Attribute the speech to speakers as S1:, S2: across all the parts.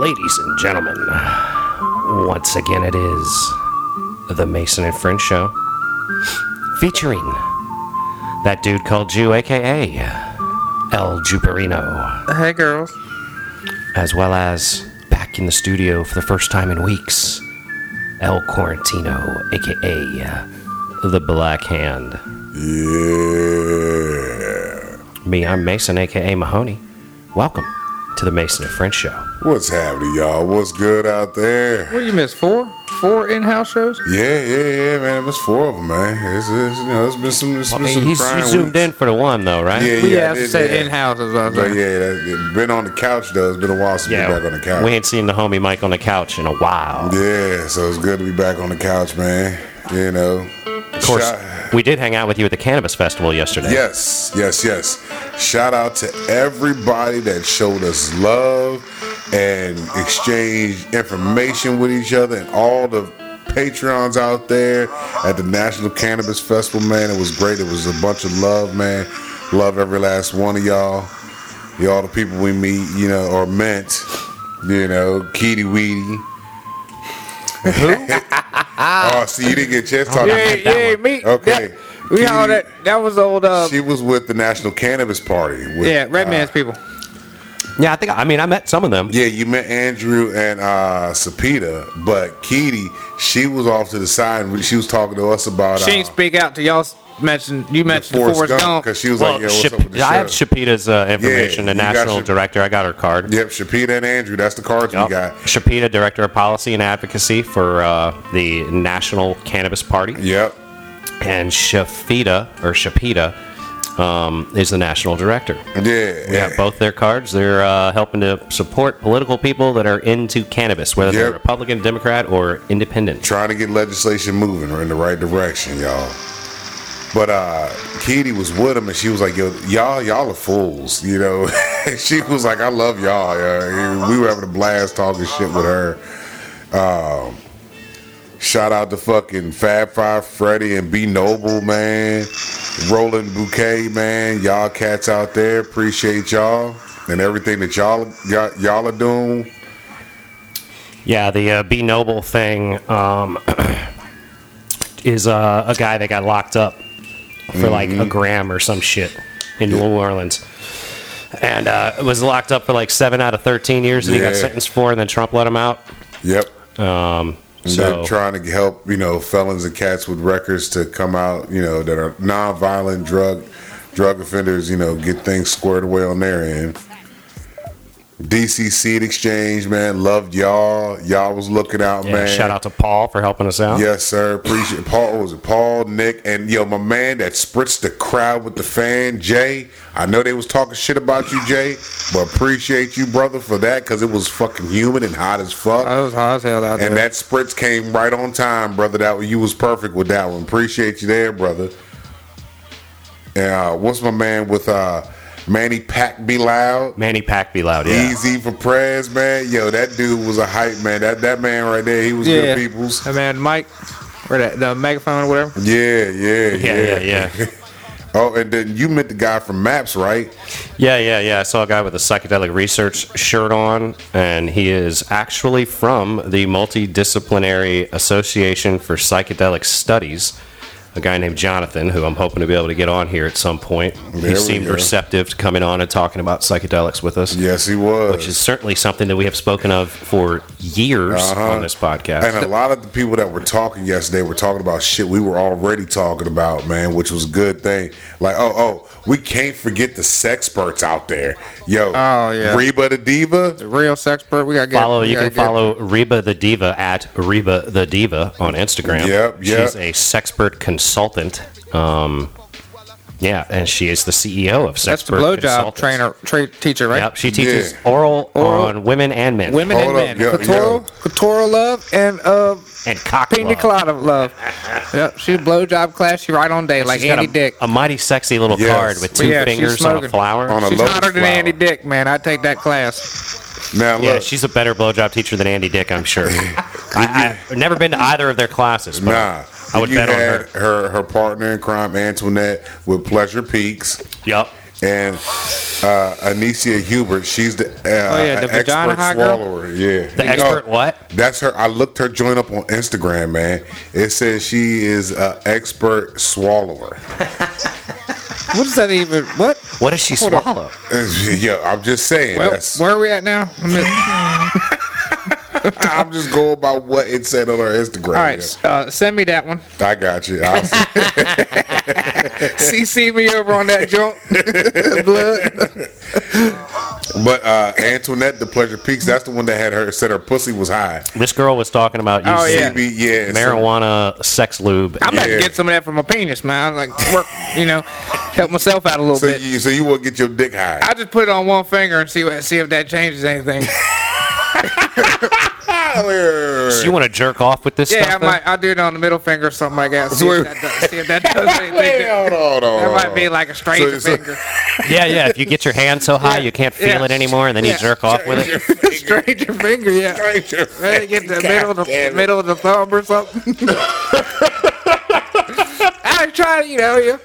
S1: Ladies and gentlemen, once again it is the Mason and French Show featuring that dude called Jew, aka El Juperino,
S2: Hey, girls.
S1: as well as back in the studio for the first time in weeks, El Quarantino, aka uh, the Black Hand. Me, I'm Mason, aka Mahoney. Welcome to the Mason and French Show.
S3: What's happening, y'all? What's good out there?
S2: What do you miss? Four? Four in house shows?
S3: Yeah, yeah, yeah, man. It's four of them, man. It's, it's you know, it's been some, it's been
S1: Hey,
S3: some
S1: he's,
S3: trying
S1: he zoomed
S3: weeks.
S1: in for the one though, right?
S3: Yeah,
S2: We
S3: yeah,
S2: have to
S3: it-
S2: say
S3: yeah.
S2: in house as I
S3: But
S2: think.
S3: yeah, that, it- been on the couch though. It's been a while since
S1: Yeah,
S3: been back on the couch.
S1: We ain't seen the homie Mike on the couch in a while.
S3: yeah, so it's good to be back on the couch, man. You know,
S1: Of course, we did hang out with you at the cannabis festival yesterday.
S3: Yes, yes, yes. Shout out to everybody that showed us love and exchanged information with each other and all the Patreons out there at the National Cannabis Festival, man. It was great. It was a bunch of love, man. Love every last one of y'all. Y'all, the people we meet, you know, or met, you know, Kitty Weedy. oh, see, you didn't get a chance to talk.
S2: Yeah,
S1: that
S2: yeah,
S1: one.
S2: me.
S3: Okay.
S2: that- we all that. That was old. Uh,
S3: She was with the National Cannabis Party. With,
S2: yeah, Red
S3: uh,
S2: Man's people.
S1: Yeah, I think I mean I met some of them.
S3: Yeah, you met Andrew and uh Sapita, but Kitty, she was off to the side. and She was talking to us about.
S2: She didn't
S3: uh,
S2: speak out to y'all. s- Mentioned you mentioned
S3: Forrest
S2: Forrest
S3: Gump
S2: Gump.
S3: because she was
S1: Well,
S3: like, "Yo, what's
S1: Shap-
S3: up with the
S1: I have
S3: show?"
S1: Shapita's uh, information,
S3: Yeah,
S1: the
S3: you got
S1: national
S3: Shap-
S1: director. I got her card.
S3: Yep, Shapita and Andrew. That's the cards
S1: Yep.
S3: we got.
S1: Shapita, director of policy and advocacy for uh, the National Cannabis Party,
S3: Yep,
S1: and Shafita or Shapita um, is the national director.
S3: yeah,
S1: We have both their cards. They're uh, helping to support political people that are into cannabis, whether they're
S3: Yep.
S1: Republican, Democrat, or independent.
S3: Trying to get legislation moving in the right direction, y'all. But uh Kitty was with him, and she was like, "Yo, y'all, y'all are fools," you know. she was like, "I love y'all." Yeah. We were having a blast talking shit with her. Um, Shout out to fucking Fab Five Freddy and B Noble, man. Roland Bouquet, man. Y'all cats out there, appreciate y'all and everything that y'all y'all, y'all are doing.
S1: Yeah, the uh, B Noble thing um, is uh, a guy that got locked up for like a gram or some shit in New Orleans. And uh, was locked up for like seven out of 13 years that he got
S3: Yeah.
S1: sentenced for, and then Trump let him out.
S3: Yep.
S1: Um,
S3: So
S1: so,
S3: trying to help, you know, felons and cats with records to come out, you know, that are non-violent drug drug offenders, you know, get things squared away on their end. DC Seed Exchange, man, loved y'all. Y'all was looking out,
S1: yeah,
S3: man.
S1: shout out to Paul for helping us out.
S3: Yes, sir. Appreciate Paul. what Was it Paul, Nick, and yo, my man that spritzed the crowd with the fan, Jay. I know they was talking shit about you, Jay, but appreciate you, brother, for that because it was fucking humid and hot as fuck.
S2: I Oh, was hot as hell out
S3: and
S2: there.
S3: that spritz came right on time, brother. That you was perfect with that one. Appreciate you there, brother. And uh, what's my man with uh, Manny Pack? Be loud.
S1: Manny Pack be loud, yeah.
S3: Easy for prayers, man. Yo, that dude was a hype man. That that man right there, he was
S2: yeah,
S3: good people's.
S2: That man Mike, or that the megaphone or whatever.
S3: Yeah, yeah,
S1: Yeah,
S3: yeah,
S1: yeah, yeah.
S3: Oh, and then you met the guy from Maps, right?
S1: Yeah, yeah, yeah. I saw a guy with a psychedelic research shirt on, and he is actually from the Multidisciplinary Association for Psychedelic Studies. A guy named Jonathan, who I'm hoping to be able to get on here at some point.
S3: There
S1: he
S3: we
S1: seemed
S3: go.
S1: receptive to coming on and talking about psychedelics with us,
S3: Yes, he was.
S1: which is certainly something that we have spoken of for years on this podcast.
S3: Uh-huh. and a lot of the people that were talking yesterday were talking about shit we were already talking about, man, which was a good thing. Like, oh, oh, we can't forget the sexperts out there. Yo,
S2: Oh, yeah.
S3: Reba the Diva.
S2: Real sex expert. We gotta get.
S1: follow
S2: we
S1: you
S2: gotta
S1: can
S2: get-
S1: follow Reba the Diva at Reba the Diva on Instagram.
S3: Yep, yep.
S1: She's a sexpert consultant. Um, yeah, and she is the CEO of Sexpert
S2: That's the blowjob
S1: Consultants.
S2: trainer, tra- teacher, right?
S1: Yep, she teaches
S3: Yeah.
S1: oral,
S2: Oral-
S1: on women and men.
S2: Women
S3: Hold up,
S2: and men.
S3: yo,
S2: Couture,
S3: yo.
S2: couture love and uh,
S1: and cock
S2: pina
S1: love.
S2: colada love. yep, she blowjob class. She right on day like
S1: She's got
S2: Andy
S1: a,
S2: Dick.
S1: a mighty sexy little
S3: Yes.
S1: card with
S3: But
S1: two
S2: yeah, she's
S1: fingers on a
S2: smoking.
S1: flower.
S3: On a
S2: She's
S3: lotus
S2: hotter than
S3: flower.
S2: Andy Dick, man. I take that class.
S3: Now,
S1: yeah,
S3: look.
S1: she's a better blowjob teacher than Andy Dick, I'm sure. I, I've never been to either of their classes. But
S3: Nah,
S1: I would
S3: you
S1: bet on
S3: had
S1: her.
S3: her her partner in crime, Antoinette, with Pleasure Peaks,
S1: Yup.
S3: and uh, Anicia Hubert. She's the, uh,
S2: Oh, yeah, the
S3: an
S2: vagina
S3: expert
S2: hot girl?
S3: swallower. Yeah,
S1: The expert what?
S3: That's her. I looked her joint up on Instagram, man. It says she is an expert swallower.
S2: What does that even? What?
S1: What does she swallow?
S3: yeah, I'm just saying.
S2: Well,
S3: that's,
S2: where are we at now? I'm at-
S3: I'm just going by what it said on her Instagram.
S2: all right, uh, send me that one.
S3: I got you. I'll see.
S2: CC me over on that joint. Blood.
S3: but uh, Antoinette, the Pleasure Peaks, that's the one that had her said her pussy was high.
S1: This girl was talking about using
S2: Oh, yeah.
S3: CB, yeah. so-
S1: marijuana sex lube.
S2: I'm about
S3: Yeah.
S2: to get some of that for my penis, man. Like work, you know, help myself out a little
S3: So,
S2: bit.
S3: you so you will get your dick high.
S2: I'll just put it on one finger and see what see if that changes anything.
S3: Wait, wait, wait, wait.
S1: So you want to jerk off with this
S2: Yeah, I
S1: stuff? then?
S2: might. I'll do it on the middle finger or something like that. See if that does, see if that does
S3: Wait,
S2: anything.
S3: hold on, hold on,
S2: That
S3: hold
S2: might
S3: on.
S2: be like a stranger
S3: So- so-
S2: finger.
S1: Yeah, yeah. If you get your hand so high you can't feel
S2: yeah.
S1: it anymore, and then
S2: Yeah.
S1: you jerk off with it.
S2: stranger finger, yeah. Maybe get the middle of the middle of the thumb or something. I try, you know, you,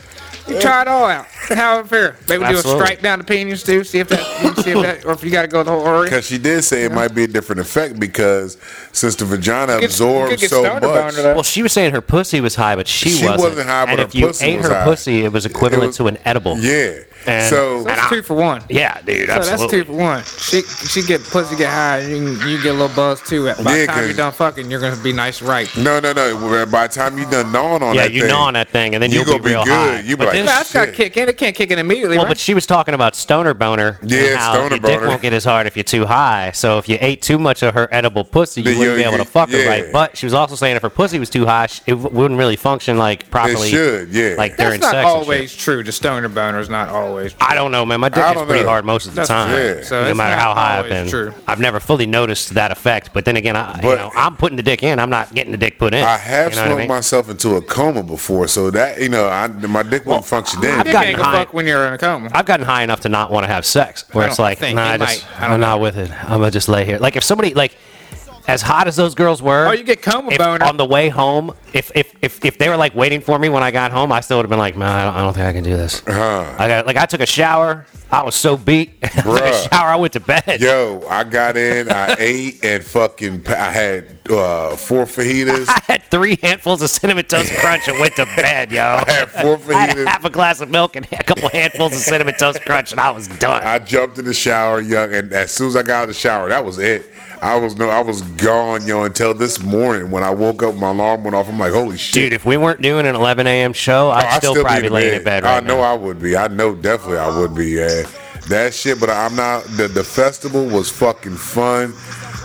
S2: you try it all out. How it fair? Maybe do a
S1: Absolutely.
S2: stripe down the penis too. See if that, see if that, or if you got to go the whole area.
S3: Because she did say it might be a different effect because since the vagina
S2: You could- you could
S3: absorbs
S2: get
S3: so
S2: started
S3: much,
S2: under that.
S1: Well, she was saying her pussy was high, but she,
S3: She
S1: wasn't.
S3: wasn't high,
S1: and
S3: but
S1: if
S3: her
S1: you
S3: pussy
S1: ate
S3: was
S1: her
S3: high.
S1: pussy, it was equivalent
S3: It was-
S1: to an edible.
S3: yeah.
S1: And-
S3: so
S2: So that's two for one.
S1: Yeah, dude.
S2: So
S1: Absolutely.
S2: that's two for one. She she get pussy get high. and You can, you can get a little buzz too. By
S3: Yeah,
S2: the time
S3: 'cause-
S2: you're done fucking, you're gonna be nice, right?
S3: no, no, no. Well, By the time you done gnawing on
S1: yeah,
S3: that
S1: you
S3: thing,
S1: gnaw on that thing, and then
S3: you
S1: will
S3: gonna
S1: be
S3: be
S1: real
S3: good.
S1: high.
S3: You be
S1: But
S3: like,
S1: then-
S2: No, that's got to
S3: Shit.
S2: kick in. It can't kick in immediately,
S1: well,
S2: right?
S1: Oh, but she was talking about stoner boner. and
S3: Yeah,
S1: how
S3: stoner
S1: your dick
S3: boner.
S1: won't get as hard if you're too high. So if you ate too much of her edible pussy, you
S3: Then
S1: wouldn't
S3: you-
S1: be able to
S3: you-
S1: fuck
S3: yeah.
S1: her right. But she was also saying if her pussy was too high, sh- it w- wouldn't really function like properly.
S3: should, yeah.
S1: Like
S2: that's
S1: during
S2: not
S1: sex. and shit.
S2: always true. The stoner boner is not always. true.
S1: I don't know, man. My dick
S3: I
S1: is
S3: don't
S1: pretty
S3: know.
S1: hard most of the
S2: That's
S1: time.
S3: true. So
S1: no
S2: it's
S1: matter
S2: not
S1: how high I've
S2: always
S1: been,
S2: true.
S1: I've never fully noticed that effect. But then again, I, you
S3: But-
S1: know, I'm putting the dick in. I'm not getting the dick put in.
S3: I have
S1: you know what
S3: smoked
S1: I mean?
S3: myself into a coma before, so that you know, I, my dick won't function then.
S2: You
S1: gotten
S2: can't go
S1: high.
S2: fuck when you're in a coma.
S1: I've gotten high enough to not want to have sex, where
S2: I
S1: it's
S2: don't
S1: like,
S2: think
S1: nah,
S2: you
S1: I just,
S2: might. I don't
S1: I'm not with it. I'm gonna just lay here. Like if somebody, like, as hot as those girls were,
S2: Oh, you get coma
S1: if-
S2: boner.
S1: on the way home. If if, if if they were like waiting for me when I got home, I still would have been like, man, I don't, I don't think I can do this.
S3: Huh.
S1: I got like I took a shower. I was so beat. I took a
S3: Bruh.
S1: shower. I went to bed.
S3: Yo, I got in, I ate, and fucking, I had uh, four fajitas.
S1: I had three handfuls of cinnamon toast crunch and went to bed, yo. I
S3: had four
S1: had
S3: fajitas.
S1: half a glass of milk and a couple handfuls of cinnamon toast crunch, and I was done.
S3: I jumped in the shower, young, and as soon as I got out of the shower, that was it. I was no, I was gone, yo, until this morning when I woke up, my alarm went off. I'm like, holy shit!
S1: Dude, if we weren't doing an 11 a.m. show, I'd
S3: Oh, I'd
S1: still,
S3: be
S1: probably
S3: in
S1: laying in bed right
S3: I know
S1: now.
S3: I would be. I know definitely I would be. Yeah, that shit. But I'm not. The the festival was fucking fun.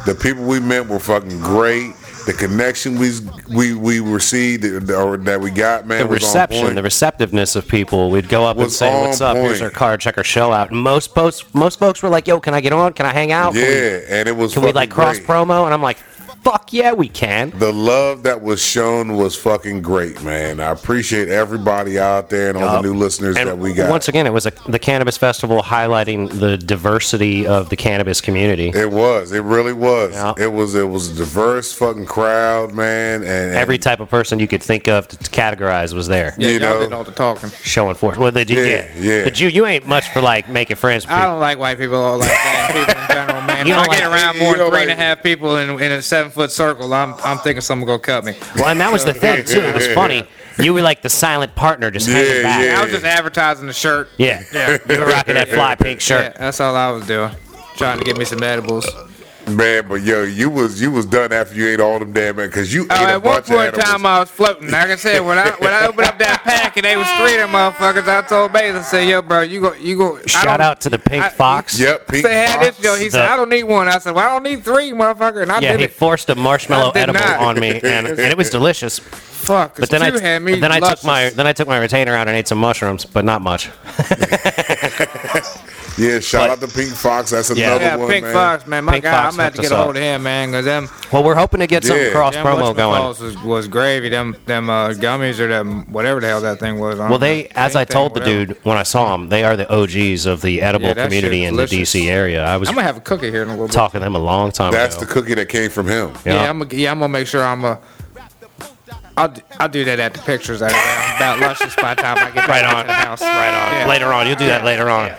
S3: The people we met were fucking great. The connection we we we received or that we got, man,
S1: the
S3: was on
S1: reception,
S3: point.
S1: the receptiveness of people. We'd go up and
S3: Was
S1: say,
S3: on
S1: "What's up? Here's
S3: point.
S1: our card. Check our show out." And most folks, most folks were like, "Yo, can I get on? Can I hang out? Can we-
S3: yeah, and it was.
S1: can we
S3: fucking
S1: like cross
S3: great.
S1: promo?" And I'm like, "Fuck yeah, we can."
S3: The love that was shown was fucking great, man. I appreciate everybody out there and all
S1: Yup.
S3: the new listeners
S1: And
S3: that we got.
S1: once again, it was a, the cannabis festival highlighting the diversity of the cannabis community.
S3: it was. It really was.
S1: Yup.
S3: It was. It was a diverse fucking crowd, man. And, and
S1: Every type of person you could think of to, to categorize was there.
S2: yeah,
S3: you
S2: y'all
S3: know.
S2: did all the talking.
S1: Showing forth. Well, the Jew,
S3: Yeah,
S1: yeah,
S3: yeah.
S1: The Jew, you ain't much for like making friends. with
S2: I
S1: people.
S2: don't like white people all like that. people in general, man.
S1: You
S2: If I
S1: don't
S2: get
S1: like-
S2: around
S3: you
S2: more than
S3: don't
S2: three and a
S3: like-
S2: half people in, in a seven foot circle, I'm I'm thinking someone gonna cut me.
S1: Well, and that was the thing too. It was funny. You were like the silent partner, just hanging
S3: Yeah,
S1: back.
S2: I was just advertising the shirt.
S1: Yeah.
S2: Yeah.
S1: You were rocking that fly pink
S2: Yeah,
S1: shirt.
S2: that's all I was doing. Trying to get me some edibles.
S3: man, but yo, you was you was done after you ate all them damn man because you ate
S2: Oh,
S3: a
S2: at one
S3: bunch
S2: point
S3: of
S2: in time, uh,
S3: animals.
S2: I was floating. Like I said, when I when I opened up that pack and they was three of them motherfuckers, I told Bays, I said, "Yo, bro, you go, you go." I
S1: Shout
S2: don't-
S1: out to the Pink
S2: I-
S1: Fox.
S3: Yep,
S2: I
S3: Pink
S2: said, had this,
S3: Fox.
S2: yo. He said,
S1: The-
S2: "I don't need one." I said, "Well, I don't need three, motherfucker," and I
S1: Yeah,
S2: did
S1: he
S2: it.
S1: forced a marshmallow
S2: I did
S1: edible
S2: not.
S1: on me, and, and it was delicious.
S2: Fuck.
S1: But then I,
S2: you had me
S1: then I took
S2: luscious.
S1: my then I took my retainer out and ate some mushrooms, but not much.
S3: yeah, shout
S1: But-
S3: out to Pink Fox. That's
S1: Yeah.
S3: another
S2: Yeah,
S3: one,
S2: Pink
S3: man.
S2: Fox, man. My
S1: Pink
S2: God,
S1: Fox
S2: I'm about
S1: hooked
S2: to get
S1: us
S2: a
S1: up.
S2: hold of him, man, because them,
S1: Well, we're hoping to get some
S3: Yeah.
S1: cross
S2: them
S1: promo going.
S2: whatchamacallits Was, was gravy. Them them uh, gummies or them whatever the hell that thing was.
S1: Well, they, as I told the dude when I saw him, they are the OGs of the edible
S2: Yeah, that
S1: community
S2: shit's
S1: in
S2: delicious.
S1: the DC area. I was
S2: I'm gonna have a cookie here in a little bit.
S1: talking to him a long time
S3: That's
S1: ago.
S3: the cookie that came from him.
S1: Yeah.
S2: Yeah, I'm gonna yeah, I'm gonna make sure I'm a. I'll, d- I'll do that at the pictures. That I'm about lunches by the time I get back
S1: Right
S2: to
S1: on.
S2: the house. Right
S1: Later on, you'll do that later on.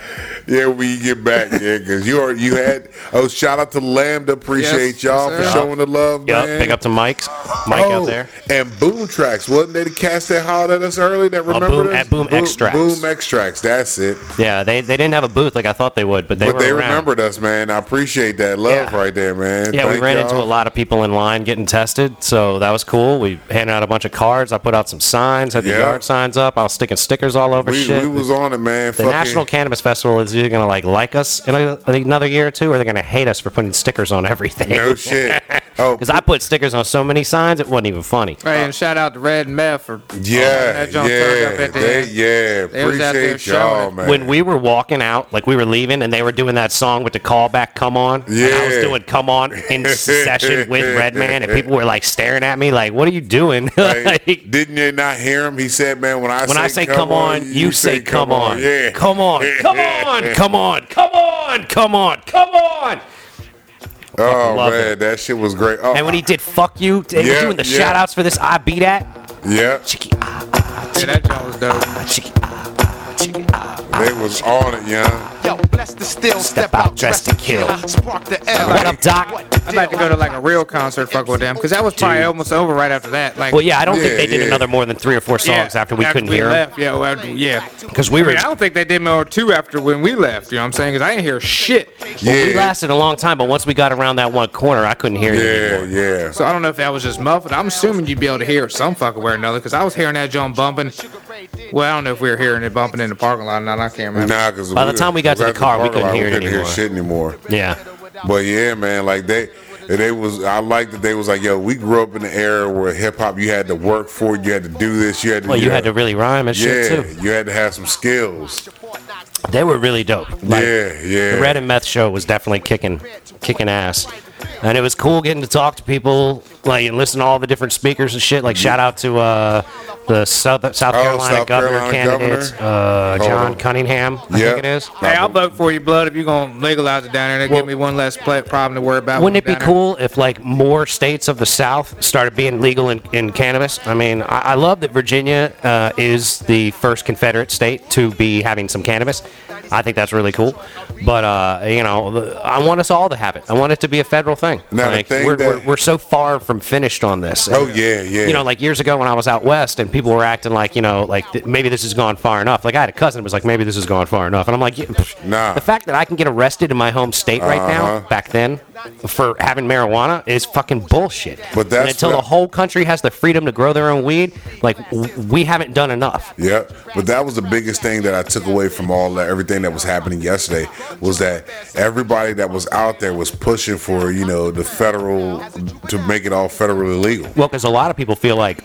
S3: Yeah, we get back, yeah, because you are you had. Oh, shout out to Lambda. Appreciate
S2: Yes,
S3: y'all
S2: yes,
S3: for
S2: sir.
S3: showing the love,
S1: Yep.
S3: man.
S1: Big up to Mike's. Mike
S3: Oh,
S1: out there.
S3: And Boom Tracks. Wasn't they the cast that hollered at us early that remembered
S1: Oh, Boom-
S3: us?
S1: at Boom Extracts.
S3: Boom Extracts. That's it.
S1: Yeah, they, they didn't have a booth like I thought they would, but they
S3: but
S1: were
S3: they
S1: around.
S3: remembered us, man. I appreciate that love
S1: Yeah.
S3: right there, man.
S1: Yeah, we
S3: Thank
S1: ran
S3: y'all.
S1: into a lot of people in line getting tested, so that was cool. We handed out a bunch of cards. I put out some signs, had the
S3: Yeah.
S1: yard signs up. I was sticking stickers all over
S3: We,
S1: shit.
S3: we was on it, man.
S1: the
S3: Fucking-
S1: National Cannabis Festival is either gonna like like us in a, another year or two, or they're gonna hate us for putting stickers on everything.
S3: No shit. Oh,
S1: Because I put stickers on so many signs, it wasn't even funny.
S2: Hey, and shout out to Red and Meth for
S3: yeah,
S2: Oh, that junk turned up
S3: yeah,
S2: at the
S3: they,
S2: end.
S3: yeah.
S2: They was out there
S3: Appreciate y'all,
S2: showing.
S3: man.
S1: When we were walking out, like we were leaving, and they were doing that song with the callback "Come On," and I was
S3: Yeah.
S1: doing "Come On" in session with Redman, and people were like staring at me, like, "What are you doing?"
S3: Like,
S1: Like-
S3: didn't you not hear him? He said, "Man, when I
S1: When
S3: say,
S1: I say come, on, you say come on.
S3: Yeah,
S1: Come on. Come on. Come on. Come on. Come on. Come on.
S3: Oh
S1: Love
S3: man,
S1: it.
S3: that shit was great. Oh,
S1: And when he did fuck you, they were
S3: Yeah,
S1: doing the
S3: yeah.
S1: shout outs for this I beat at.
S3: yeah,
S1: Chicky ah,
S2: Yeah, that joint was dope.
S1: chicky ah, chicky ah.
S3: they was on it, young.
S4: Yo, bless the still, step
S1: out,
S4: out, dress
S1: dress to
S4: to
S1: kill.
S4: kill. Spark the L.
S1: What up, Doc?
S2: I'd like to go to like a real concert, fuck with them, because that was probably almost over right after that. Like,
S1: Well, yeah, I don't
S3: Yeah,
S1: think they did
S3: yeah.
S1: another more than three or four songs after we couldn't hear them.
S2: left. Yeah, well, after- yeah.
S1: Because we
S2: I
S1: were.
S2: mean, I don't think they did more two after when we left. You know what I'm saying? Because I didn't hear shit.
S1: We
S3: Yeah,
S1: lasted a long time, but once we got around that one corner, I couldn't hear you.
S3: yeah, yeah.
S2: So I don't know if that was just muffled. I'm assuming you'd be able to hear it some fucking way or another because I was hearing that joint bumping. Well, I don't know if we were hearing it bumping in the parking lot or not. I can't remember.
S3: Nah, cause
S1: By the time we got to the car, we
S3: parking
S1: couldn't
S3: lot,
S1: hear it
S3: couldn't hear
S1: anymore.
S3: shit anymore.
S1: Yeah.
S3: But yeah, man, like they, they was. I like that they was like, yo, we grew up in the era where hip hop, you had to work for it, you had to do this, you had to.
S1: Well, you had to really rhyme and shit,
S3: Yeah,
S1: too.
S3: you had to have some skills.
S1: They were really dope. Like,
S3: yeah, yeah.
S1: The Red and Meth show was definitely kicking, kicking ass, and it was cool getting to talk to people, like and listen to all the different speakers and shit. Like shout out to uh, the South, South
S3: Oh,
S1: Carolina
S3: South
S1: governor
S3: Carolina
S1: candidates, uh,
S3: Hold
S1: John
S3: on.
S1: Cunningham, I
S3: Yeah.
S1: think it is.
S2: Hey, I'll vote for you, blood, if you're going to legalize it down there. They give me one less pla- problem to worry about.
S1: Wouldn't it
S2: when
S1: be
S2: I'm down
S1: cool if like more states of the South started being legal in, in cannabis? I mean, I, I love that Virginia uh, is the first Confederate state to be having some cannabis. I think that's really cool. But uh, you know, the- I want us all to have it. I want it to be a federal thing.
S3: Now, the
S1: Like,
S3: thing
S1: we're,
S3: that-
S1: we're, we're so far from finished on this.
S3: Oh yeah, yeah.
S1: You know, like years ago when I was out west and people were acting like, you know, like th- maybe this has gone far enough. Like I had a cousin who was like, maybe this has gone far enough, and I'm like, yeah, pff,
S3: Nah.
S1: The fact that I can get arrested in my home state right now,
S3: Uh-huh.
S1: back then, for having marijuana is fucking bullshit.
S3: But that's
S1: and until
S3: what-
S1: the whole country has the freedom to grow their own weed, like w- we haven't done enough.
S3: Yep. But that was the biggest thing that I took away from all that, everything that was happening yesterday was that everybody that was out there was pushing for, you know, the federal, to make it all federally legal.
S1: Well, because a lot of people feel like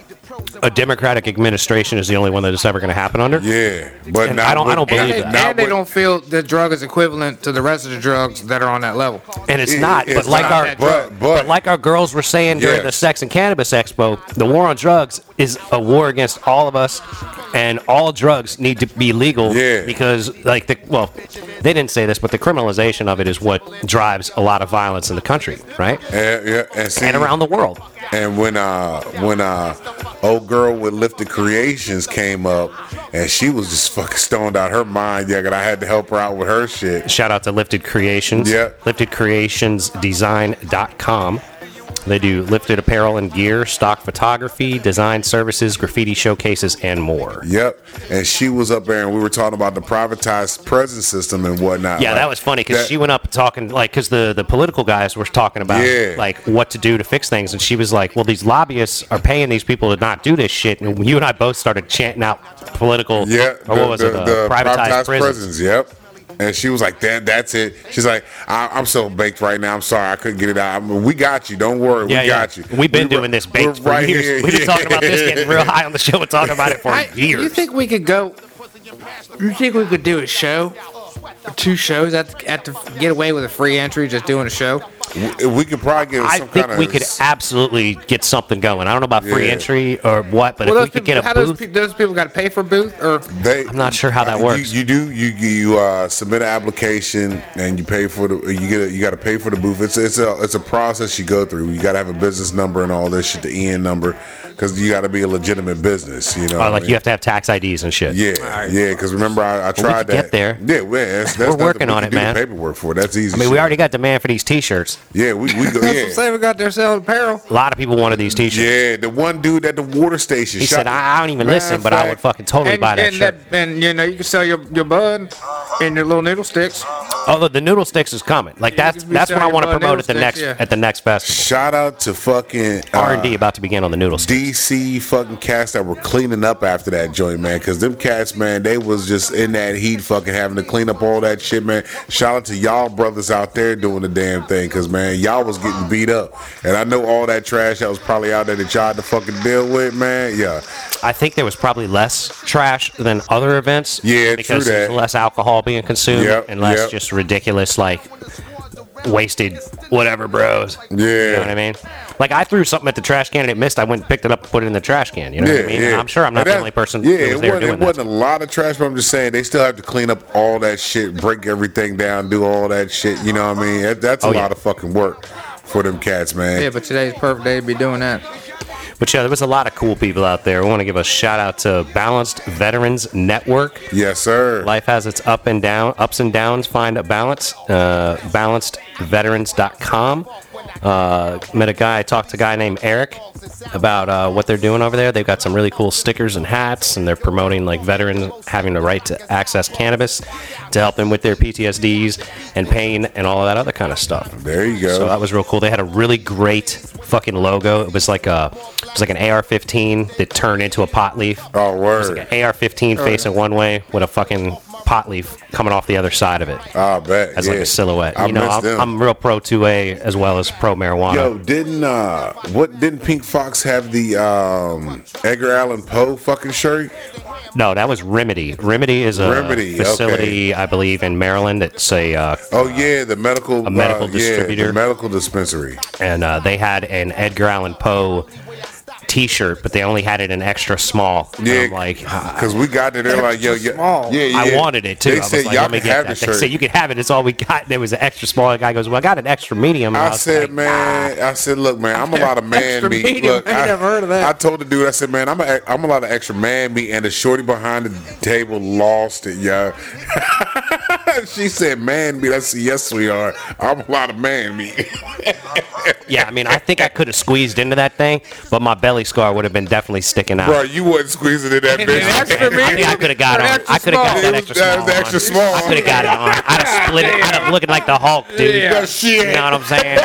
S1: a democratic administration is the only one that it's ever going to happen under.
S3: Yeah. But
S1: And
S3: not
S1: I don't- I
S3: with-
S1: don't
S2: there.
S1: believe
S2: And, they-
S1: that.
S2: and
S3: not
S2: they
S3: with-
S2: don't feel the drug is equivalent to the rest of the drugs that are on that level.
S1: And it's
S3: it-
S1: not, but
S3: it's
S1: like
S3: not,
S1: our
S3: but, but,
S1: But like our girls were saying during
S3: Yes.
S1: the Sex and Cannabis Expo, the war on drugs is a war against all of us, and all drugs need to be legal.
S3: Yeah.
S1: Because like the well, they didn't say this, but the criminalization of it is what drives a lot of violence in the country, right?
S3: and, yeah, and, see,
S1: And around the world.
S3: And when uh when uh old girl with lifted creations came up and she was just fucking stoned out her mind, yeah, and I had to help her out with her shit.
S1: Shout out to Lifted Creations.
S3: Yeah.
S1: LiftedCreationsDesign.com. They do lifted apparel and gear, stock photography, design services, graffiti showcases, and more.
S3: Yep. And she was up there and we were talking about the privatized prison system and whatnot.
S1: Yeah,
S3: Like,
S1: that was funny because
S3: that-
S1: she went up talking like because the the political guys were talking about
S3: Yeah.
S1: like what to do to fix things, and she was like, "Well, these lobbyists are paying these people to not do this shit," and you and I both started chanting out political.
S3: Yeah,
S1: or what was it? uh, privatized, prisons.
S3: Yep. And she was like, "That, that's it." She's like, I, "I'm so baked right now. I'm sorry, I couldn't get it out. I mean, we got you. Don't worry,
S1: Yeah,
S3: we
S1: yeah.
S3: got you.
S1: We've been
S3: We were-
S1: doing this baked
S3: we're
S1: for years.
S3: here.
S1: We've been talking about this,
S3: Yeah.
S1: getting real high on the show, and talking about it for
S2: I,
S1: years.
S2: you think we could go? You think we could do a show, two shows at the, at the get away with a free entry, just doing a show?
S3: We, we could probably get
S1: I
S3: some kind
S1: think
S3: of.
S1: we could absolutely get something going. I don't know about free
S3: Yeah.
S1: entry or what, but
S2: Well,
S1: if we
S2: those
S1: could get
S2: people,
S1: a
S2: how those,
S1: booth,
S2: pe- those people got to pay for a booth or
S3: They,
S1: I'm not sure how that
S3: you-
S1: works.
S3: You, do you you uh, submit an application and you pay for the you get a, you got to pay for the booth. It's it's a it's a process you go through. You got to have a business number and all this shit, the EN number, because you got to be a legitimate business. You know,
S1: uh,
S3: what I
S1: like
S3: mean?
S1: you have to have tax IDs and shit.
S3: Yeah, yeah. Because remember, I, I tried
S1: could get
S3: that.
S1: there.
S3: Yeah, well, that's, that's nothing
S1: working
S3: we
S1: on
S3: can
S1: it,
S3: do the
S1: man.
S3: Paperwork for it. that's easy.
S1: I mean, we already got demand for these T-shirts.
S3: Yeah, we we go.
S2: That's what I'm
S3: Yeah,
S2: saying. We got there selling apparel.
S1: A lot of people wanted these T-shirts.
S3: yeah. The one dude at the water station.
S1: He
S3: shot-
S1: said, I, "I don't even
S2: Matter
S1: listen,
S2: of
S1: but I
S2: fact,
S1: would fucking totally
S2: and,
S1: buy that
S2: and
S1: shirt."
S2: and you know, you can sell your, your bud and your little noodle sticks.
S1: Although the noodle sticks is coming, like that's
S2: you can
S1: that's what I
S2: sell
S1: want
S2: your
S1: to promote at the
S2: noodle
S1: next
S2: sticks, yeah.
S1: at the next festival.
S3: Shout out to fucking uh,
S1: R and D about to begin on the noodle sticks.
S3: DC fucking cats that were cleaning up after that joint, man. Cause them cats, man, they was just in that heat fucking having to clean up all that shit, man. Shout out to y'all brothers out there doing the damn thing. Cause man, y'all was getting beat up. And I know all that trash that was probably out there that y'all had to fucking deal with, man. Yeah.
S1: I think there was probably less trash than other events.
S3: Yeah, true
S1: because
S3: that.
S1: there's less alcohol being consumed
S3: Yep,
S1: and less
S3: yep.
S1: just ridiculous like wasted whatever bros.
S3: Yeah.
S1: You know what I mean? Like I threw something at the trash can and it missed. I went and picked it up and put it in the trash can. You know what I mean? I'm sure I'm not
S3: And
S1: the
S3: that-
S1: only person
S3: Yeah,
S1: who was
S3: it,
S1: there
S3: wasn't,
S1: doing
S3: it
S1: that.
S3: wasn't a lot of trash, but I'm just saying they still have to clean up all that shit, break everything down, do all that shit. You know what I mean? That, that's a
S1: Oh, yeah.
S3: lot of fucking work for them cats, man.
S2: Yeah, but today's the perfect day to be doing that.
S1: But yeah, there was a lot of cool people out there. We want to give a shout out to Balanced Veterans Network.
S3: Yes, sir.
S1: Life has its up and down, ups and downs. Find a balance. Uh, balancedveterans.com. Uh, met a guy. Talked to a guy named Eric about uh, what they're doing over there. They've got some really cool stickers and hats, and they're promoting like veterans having the right to access cannabis to help them with their PTSDs and pain and all that other kind of stuff.
S3: there you go.
S1: So that was real cool. They had a really great fucking logo. It was like a, it was like an AR-15 that turned into a pot leaf.
S3: oh,
S1: It's
S3: word. Oh,
S1: like an AR-15 facing one way with a fucking pot leaf coming off the other side of it
S3: I bet.
S1: as
S3: Oh, yeah.
S1: like a silhouette.
S3: I
S1: you know,
S3: miss
S1: I'm,
S3: them.
S1: I'm real pro 2A as well as pro marijuana.
S3: Yo, didn't uh, what didn't Pink Fox have the um Edgar Allan Poe fucking shirt?
S1: No, that was Remedy. Remedy is a
S3: Remedy,
S1: facility, I believe, in Maryland. It's a uh,
S3: Oh yeah, the medical
S1: A medical
S3: uh, yeah, the
S1: distributor.
S3: medical dispensary.
S1: and uh, they had an Edgar Allan Poe T-shirt, but they only had it in extra small. And
S3: Yeah,
S1: I'm like. ah,
S3: because we got there, they're like, yo,
S2: Extra
S3: yeah,
S2: small.
S3: yeah, yeah.
S1: I wanted it too.
S3: They
S1: I was
S3: said
S1: like,
S3: y'all
S1: let me
S3: can
S1: get
S3: have
S1: that.
S3: the
S1: They
S3: shirt.
S1: said you can have it. It's all we got. There was an extra small. The guy goes, "Well, I got an extra medium." And
S3: I
S1: was
S3: said,
S1: like,
S3: man, I said, look, man, I'm a lot of man
S2: Extra
S3: meat.
S2: meat,
S3: Look,
S2: I ain't never heard of that.
S3: I told the dude, I said, man, I'm a, I'm a lot of extra man meat, and the shorty behind the table lost it, yo. she said, man meat. I said, yes, sweetheart, I'm a lot of man meat.
S1: Yeah, I mean, I think I could have squeezed into that thing, but my belly scar would have been definitely sticking out.
S3: Bro, you wasn't squeezing in that
S2: And an
S3: bitch.
S2: extra
S1: I think I
S2: medium
S1: could have got
S2: or
S1: on.
S2: extra
S1: I could have got
S2: small?
S1: that
S3: It
S1: extra
S3: was- that
S1: small.
S3: was extra
S1: on.
S3: small.
S1: I could have got it on. I'd have split it. I'd have looking like the Hulk, dude.
S2: Yeah.
S1: You
S3: That shit.
S1: know what I'm saying?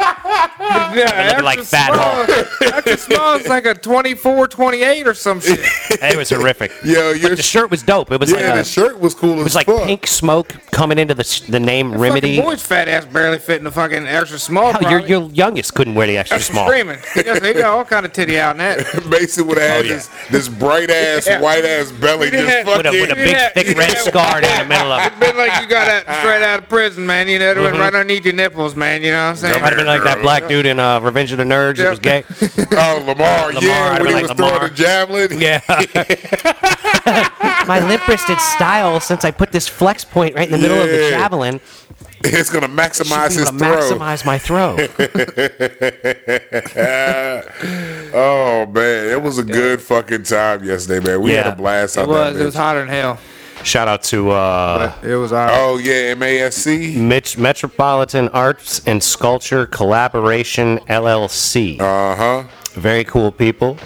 S2: Yeah,
S1: Looking like Fat
S2: Extra small is like a 24, 28 or some shit.
S1: It was horrific.
S3: Yo, your
S1: The shirt was dope. It was
S3: yeah, the
S1: like a, it
S3: shirt was cool as
S1: was like
S3: fuck.
S1: pink smoke coming into the sh- the name Remedy.
S2: Fucking boy's fat ass barely fit in the fucking extra small.
S1: Hell, your
S2: probably.
S1: your youngest couldn't wear the extra small.
S2: Screaming. He got, he got all kind of titty out in that.
S3: Mason would have had
S1: Oh, yeah.
S3: this, this bright ass,
S2: Yeah.
S3: white ass belly
S2: We'd have
S3: just
S2: had-
S1: With a, with a
S3: fucking.
S1: big
S2: Yeah.
S1: thick red scar down the middle of it.
S2: Been like you got out straight out of prison, man. You know, it went right underneath your nipples, man. You know what I'm saying?
S1: I'd have been like that black dude in uh, Revenge of the Nerds. that was gay.
S3: Oh, Lamar,
S1: Lamar,
S3: yeah,
S1: I'd
S3: when
S1: be
S3: he
S1: like,
S3: was
S1: Lamar.
S3: throwing the javelin.
S1: Yeah. My lip wristed style since I put this flex point right in the middle of the
S3: Yeah.
S1: javelin.
S3: It's gonna
S1: should be
S3: maximize his
S1: able to
S3: throw.
S1: maximize my throw.
S3: Oh man, it was a good fucking time yesterday, man. We had
S1: Yeah.
S3: a blast
S2: It
S3: out
S2: was.
S3: there.
S2: It was hotter than hell.
S1: Shout out to uh,
S2: It was all right.
S3: Oh yeah, MASC.
S1: Mitch Metropolitan Arts and Sculpture Collaboration LLC.
S3: Uh huh.
S1: Very cool people.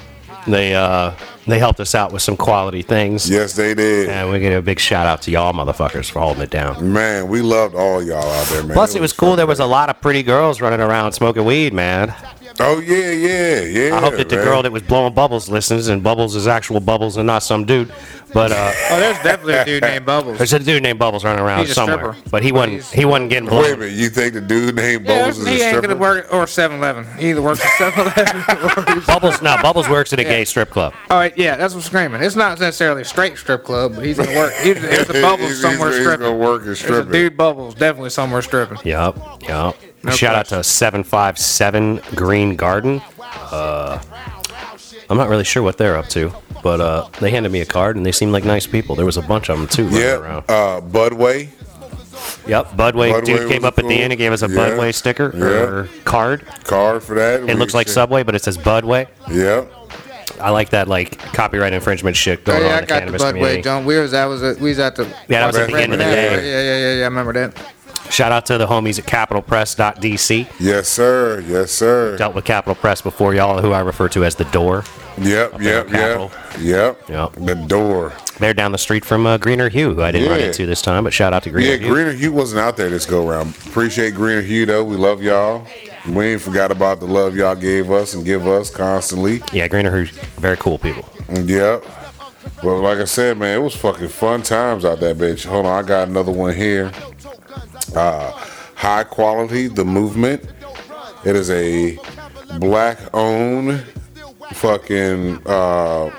S1: They uh, they helped us out with some quality things.
S3: Yes, they did.
S1: And we give a big shout out to y'all motherfuckers for holding it down.
S3: Man, we loved all y'all out there, man.
S1: Plus, it was cool.
S3: fucking
S1: There was a lot of pretty girls running around smoking weed, man.
S3: great. Oh yeah, yeah, yeah.
S1: I hope that the
S3: man.
S1: girl that was blowing bubbles listens, and bubbles is actual bubbles and not some dude. But uh,
S2: Oh, there's definitely a dude named Bubbles.
S1: there's a dude named Bubbles running around
S2: He's a
S1: somewhere,
S2: stripper.
S1: but he wasn't he wasn't getting
S3: Wait a
S1: blown.
S3: minute, you think the dude named
S2: Yeah,
S3: Bowles is a
S2: he ain't
S3: stripper?
S2: gonna work or 7-Eleven. He either works at 7-Eleven or
S1: Bubbles no, Bubbles works at a gay strip club.
S2: All right, yeah, that's what's screaming. It's not necessarily a straight strip club, but he's gonna work. He's, there's a
S3: He's-
S2: bubbles
S3: he's-
S2: somewhere
S3: he's
S2: stripping.
S3: gonna work and
S2: There's a
S3: stripping.
S2: dude bubbles definitely somewhere stripping.
S1: Yup, yup. Shout out to 757 Green Garden. Uh, I'm not really sure what they're up to, but uh, they handed me a card and they seemed like nice people. There was a bunch of them too running
S3: Yeah,
S1: around.
S3: uh, Budway.
S1: Yep, Budway,
S3: Budway
S1: dude
S3: was
S1: came up at
S3: cool.
S1: the end and gave us a
S3: Yeah.
S1: Budway sticker or card.
S3: Card for that.
S1: It looks like Subway, but it says Budway.
S3: Yep.
S1: I like that like copyright infringement shit going
S2: Oh,
S1: on
S2: yeah,
S1: in
S2: I
S1: the
S2: got the
S1: cannabis
S2: Budway
S1: community.
S2: John. We was that was at, we was at the
S1: Yeah, that was
S3: at the end of the
S2: Yeah,
S3: day.
S2: yeah, yeah, yeah, yeah. I remember that.
S1: Shout out to the homies at CapitalPress.dc.
S3: Yes, sir. Yes, sir.
S1: Dealt with Capital Press before, y'all, who I refer to as the door.
S3: Yep, yep,
S1: in
S3: yep,
S1: Capitol.
S3: yep.
S1: Yep.
S3: The door.
S1: They're down the street from uh, Greener Hue, who I didn't run
S3: Yeah.
S1: into this time, but shout out to Greener
S3: Yeah,
S1: Hue.
S3: Greener Hugh wasn't out there this go round. Appreciate Greener Hugh though. We love y'all. We ain't forgot about the love y'all gave us and give us constantly.
S1: yeah, Greener Hue, very cool people.
S3: Yep. But like I said, man, it was fucking fun times out that bitch. Hold on, I got another one here. Uh, high quality, the movement. It is a black-owned fucking uh,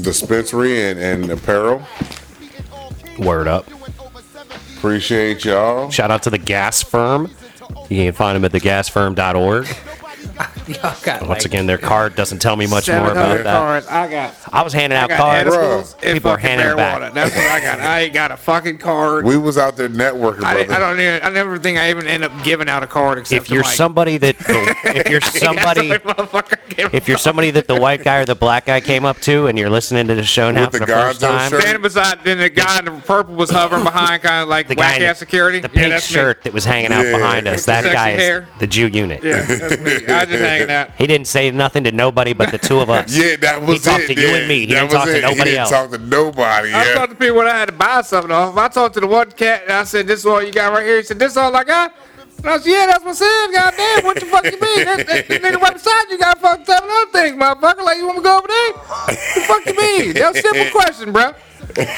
S3: dispensary and, and apparel.
S1: Word up.
S3: Appreciate y'all.
S1: Shout out to the Gas Firm. You can find them at thegasfirm.org.
S2: I got
S1: Once again, their card doesn't tell me much more
S2: 700
S1: about that.
S2: cards. I got
S1: I was handing
S2: I
S1: out
S2: got
S1: cards.
S2: edibles and
S1: People are
S2: fucking
S1: handing them
S2: marijuana.
S1: back.
S2: That's what I got. I ain't got a fucking card.
S3: We was out there networking,
S2: I,
S3: brother.
S2: I don't. Even, I never think I even end up giving out a card except
S1: If
S2: to
S1: you're
S2: Mike.
S1: somebody that, if you're somebody,
S2: That's the only motherfucker giving
S1: if you're somebody that the white guy or the black guy came up to, and you're listening to the show now
S3: With
S1: for
S3: the
S1: the first
S3: Gonzo
S1: time,
S3: shirt.
S2: standing beside, then the guy in the purple was hovering behind, kind of like
S1: the guy
S2: whack
S1: in the,
S2: ass security.
S1: the
S2: Yeah,
S1: pink
S2: that's me.
S1: shirt that was hanging out
S3: Yeah.
S1: behind us. That
S2: Sexy
S1: guy is
S2: hair.
S1: the Jew unit.
S2: Yeah, that's me. I was just hanging out.
S1: He didn't say nothing to nobody but the two of us.
S3: Yeah, that was
S1: talked
S3: it.
S1: to you
S3: yeah.
S1: and me. He
S3: that
S1: didn't talk
S3: was
S1: to
S3: it.
S1: nobody
S3: he didn't
S1: else.
S3: talk to nobody.
S2: I
S3: Yeah.
S2: talked to people when I had to buy something off. I talked to the one cat and I said, "This is all you got right here." He said, "This all I got." And I said, "Yeah, that's what's in. Goddamn, what the fuck you mean? That, that, that nigga right beside you got fucked up and other things, motherfucker. Like you want me to go over there? What the fuck you mean? That's a simple question, bro.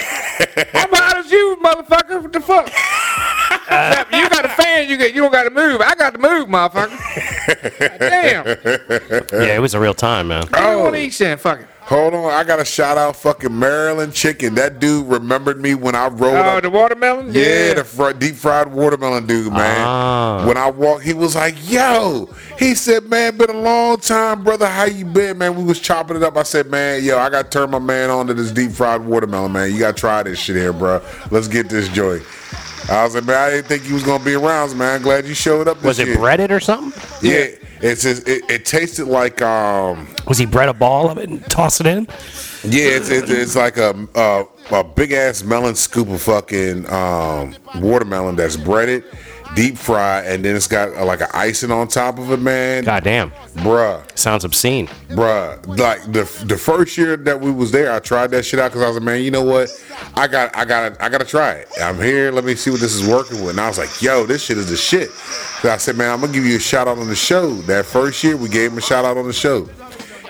S2: I'm hot as you, motherfucker. What the fuck? Except you got a fan. You get. You don't got to move. I got to move, motherfucker. Damn. You
S1: Yeah, it was a real time, man.
S2: don't want to eat shit, fuck it.
S3: Hold on, I got to shout out fucking Maryland Chicken. That dude remembered me when I rolled
S2: Oh,
S3: up.
S2: the watermelon.
S3: yeah, the fr- deep fried watermelon dude, man.
S1: Ah.
S3: When I walked, he was like, "Yo," he said, "Man, been a long time, brother. How you been, man?" We was chopping it up. I said, "Man, yo, I got to turn my man on to this deep fried watermelon, man. You got to try this shit here, bro. Let's get this joint." I was like, "Man, I didn't think you was gonna be around, man. Glad you showed up." This
S1: Was it
S3: year."
S1: breaded or something?
S3: Yeah, it's just, it, it tasted like um
S1: Was he bread a ball of it and toss it in?
S3: yeah it's it's, it's like a, a a big ass melon scoop of fucking um watermelon that's breaded, deep fried, and then it's got uh, like an icing on top of it, man.
S1: Goddamn,
S3: Bruh,
S1: sounds obscene.
S3: bruh, like the the first year that we was there, I tried that shit out because I was like, man, you know what? I got, I got, I gotta try it. I'm here. Let me see what this is working with. And I was like, yo, this shit is the shit. So I said, man, I'm gonna give you a shout out on the show. That first year, we gave him a shout out on the show.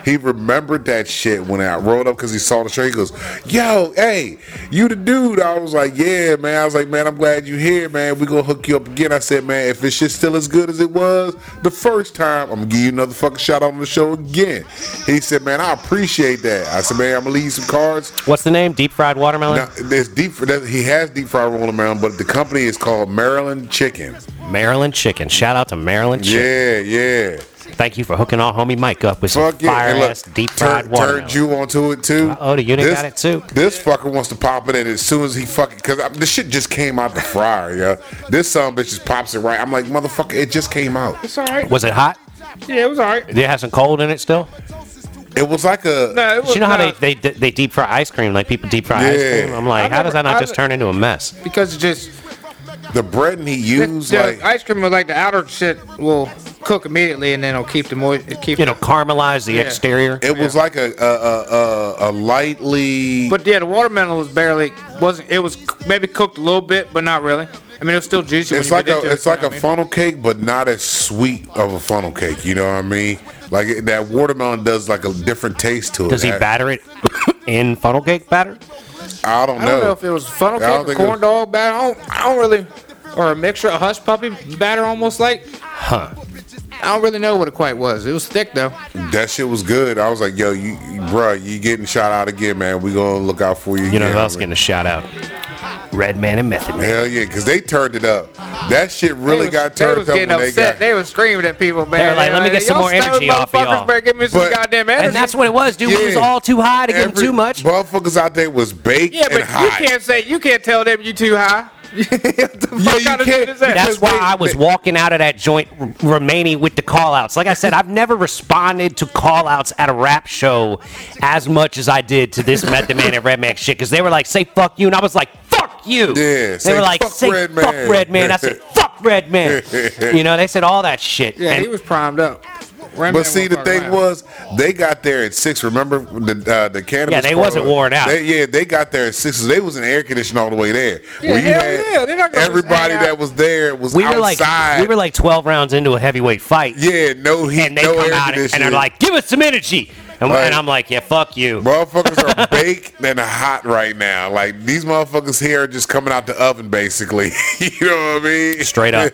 S3: He remembered that shit when I rolled up because he saw the show. He goes, "Yo, hey, you the dude?" I was like, "Yeah, man." I was like, "Man, I'm glad you here, man. We gonna hook you up again." I said, "Man, if this shit's still as good as it was the first time, I'm gonna give you another fucking shout out on the show again." He said, "Man, I appreciate that." I said, "Man, I'm gonna leave you some cards."
S1: What's the name? Deep fried watermelon.
S3: Now, there's deep. that- He has deep fried rolling around, but the company is called Maryland Chicken.
S1: Maryland chicken. Shout out to Maryland chicken.
S3: Yeah, yeah.
S1: Thank you for hooking our homie Mike up with some
S3: Fuck yeah.
S1: fire
S3: And look,
S1: ass deep fried
S3: turn-
S1: watermelon.
S3: Turned you onto it too.
S1: Uh-oh, the unit got it, too.
S3: This fucker wants to pop it in as soon as he fucking because this shit just came out the fryer, yeah. This son of a bitch just pops it right. I'm like, motherfucker, it just came out.
S2: It's all right.
S1: Was it hot?
S2: Yeah, it was all right.
S1: Did it have some cold in it still?
S3: It was like a
S2: No, it was,
S1: Do you know how
S2: no.
S1: they, they they deep fry ice cream? Like people deep fry ice
S3: Yeah.
S1: cream. I'm like,
S2: I've
S1: how does that
S2: never-
S1: not
S2: I've-
S1: just turn into a mess?
S2: because it just
S3: the bread and he
S2: the,
S3: used
S2: the
S3: like
S2: ice cream was like the outer shit will cook immediately and then it'll keep the moist keep
S1: It'll caramelize the
S2: Yeah.
S1: exterior.
S3: it was like a a, a a a lightly
S2: but yeah the watermelon was barely wasn't it was c- maybe cooked a little bit but not really I mean it was still juicy
S3: it's
S2: when
S3: like
S2: you bit
S3: a
S2: into it,
S3: it's like
S2: you know
S3: a
S2: what I mean?
S3: funnel cake, but not as sweet of a funnel cake. You know what I mean? Like it- that watermelon does like a different taste to it.
S1: Does he
S3: That-
S1: batter it in funnel cake batter?
S3: I don't know.
S2: I don't know if it was funnel
S3: I don't
S2: cake or
S3: think it
S2: corn
S3: was-
S2: dog batter I don't, I don't really or a mixture of hush puppy batter almost like
S1: Huh.
S2: I don't really know what it quite was it was thick though
S3: That shit was good. I was like, yo, you, bruh, you getting shot out again, man. We gonna look out for you.
S1: You know
S3: again,
S1: who else
S3: homie.
S1: getting a shout out? Redman and Method Man.
S3: Hell yeah, because they turned it up. That shit really
S2: was-
S3: got
S2: they
S3: turned
S2: was
S3: up
S2: getting
S3: when they
S2: upset.
S3: got.
S2: They were screaming at people, man.
S1: were like, "Let me get some
S2: Y'all
S1: more energy
S2: stupid
S1: off y'all."
S2: motherfuckers better give me some
S3: But-
S2: goddamn energy.
S1: And that's what it was, dude. We was
S3: Yeah.
S1: all too high to give them
S3: every-
S1: too much.
S3: Motherfuckers out there was baked
S2: yeah, but
S3: and hot.
S2: you can't say you can't tell them you too high. What the
S3: Yeah,
S2: fuck
S3: you
S2: kind of
S3: can't-
S2: shit is that?
S1: That's why I was walking out of that joint r- remaining with the call outs. Like I said, I've never responded to call outs at a rap show as much as I did to this Method Man and Redman shit because they were like, say fuck you. And I was like, fuck you.
S3: Yeah,
S1: they
S3: say,
S1: were like,
S3: "Fuck
S1: say
S3: Red
S1: fuck
S3: Man."
S1: Red Man. I said, fuck Red Man. You know, they said all that shit.
S2: Yeah,
S1: And-
S2: he was primed up. Red Man
S3: But see, the
S2: wasn't
S3: thing
S2: around.
S3: was, they got there at six. Remember the uh, the cannabis?
S1: Yeah, they
S3: parlor?
S1: wasn't worn out.
S3: They, yeah, they got there at six. so They was in air conditioning all the way there.
S2: Yeah,
S3: Where you
S2: hell
S3: had
S2: yeah, they're not gonna
S3: everybody
S2: hang out.
S3: that was there was
S1: we were
S3: outside.
S1: like, we were like 12 rounds into a heavyweight fight.
S3: yeah, no heat,
S1: And they
S3: no
S1: come
S3: air
S1: out and
S3: conditioning.
S1: they're like, give us some energy. And,
S3: Right.
S1: and I'm like, yeah, fuck you.
S3: Motherfuckers are baked and hot right now. Like these motherfuckers here are just coming out the oven, basically. you know what I mean?
S1: Straight up.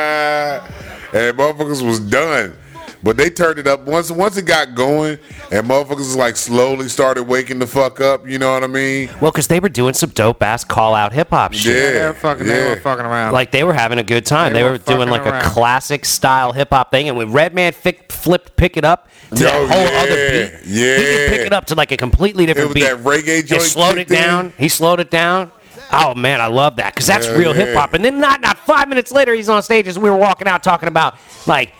S3: and motherfuckers was done. But they turned it up once. Once it got going, and motherfuckers like slowly started waking the fuck up. You know what I mean?
S1: Well, because they were doing some dope ass call out hip hop shit.
S3: Yeah,
S2: They were fucking, they
S3: yeah.
S2: were fucking around.
S1: Like they were having a good time. They,
S2: They
S1: were,
S2: were
S1: doing like
S2: fucking
S1: a
S2: around.
S1: classic style hip hop thing. And when Redman fi- flipped Pick It Up to
S3: Oh,
S1: that whole
S3: yeah,
S1: other beat, he
S3: yeah.
S1: could pick it up to like a completely
S3: It
S1: different
S3: was
S1: beat.
S3: that reggae
S1: He
S3: joint.
S1: slowed it
S3: kicked in.
S1: down. He slowed it down. Oh man, I love that because that's
S3: Yeah,
S1: real
S3: yeah.
S1: hip hop. And then not not five minutes later, he's on stage as we were walking out talking about like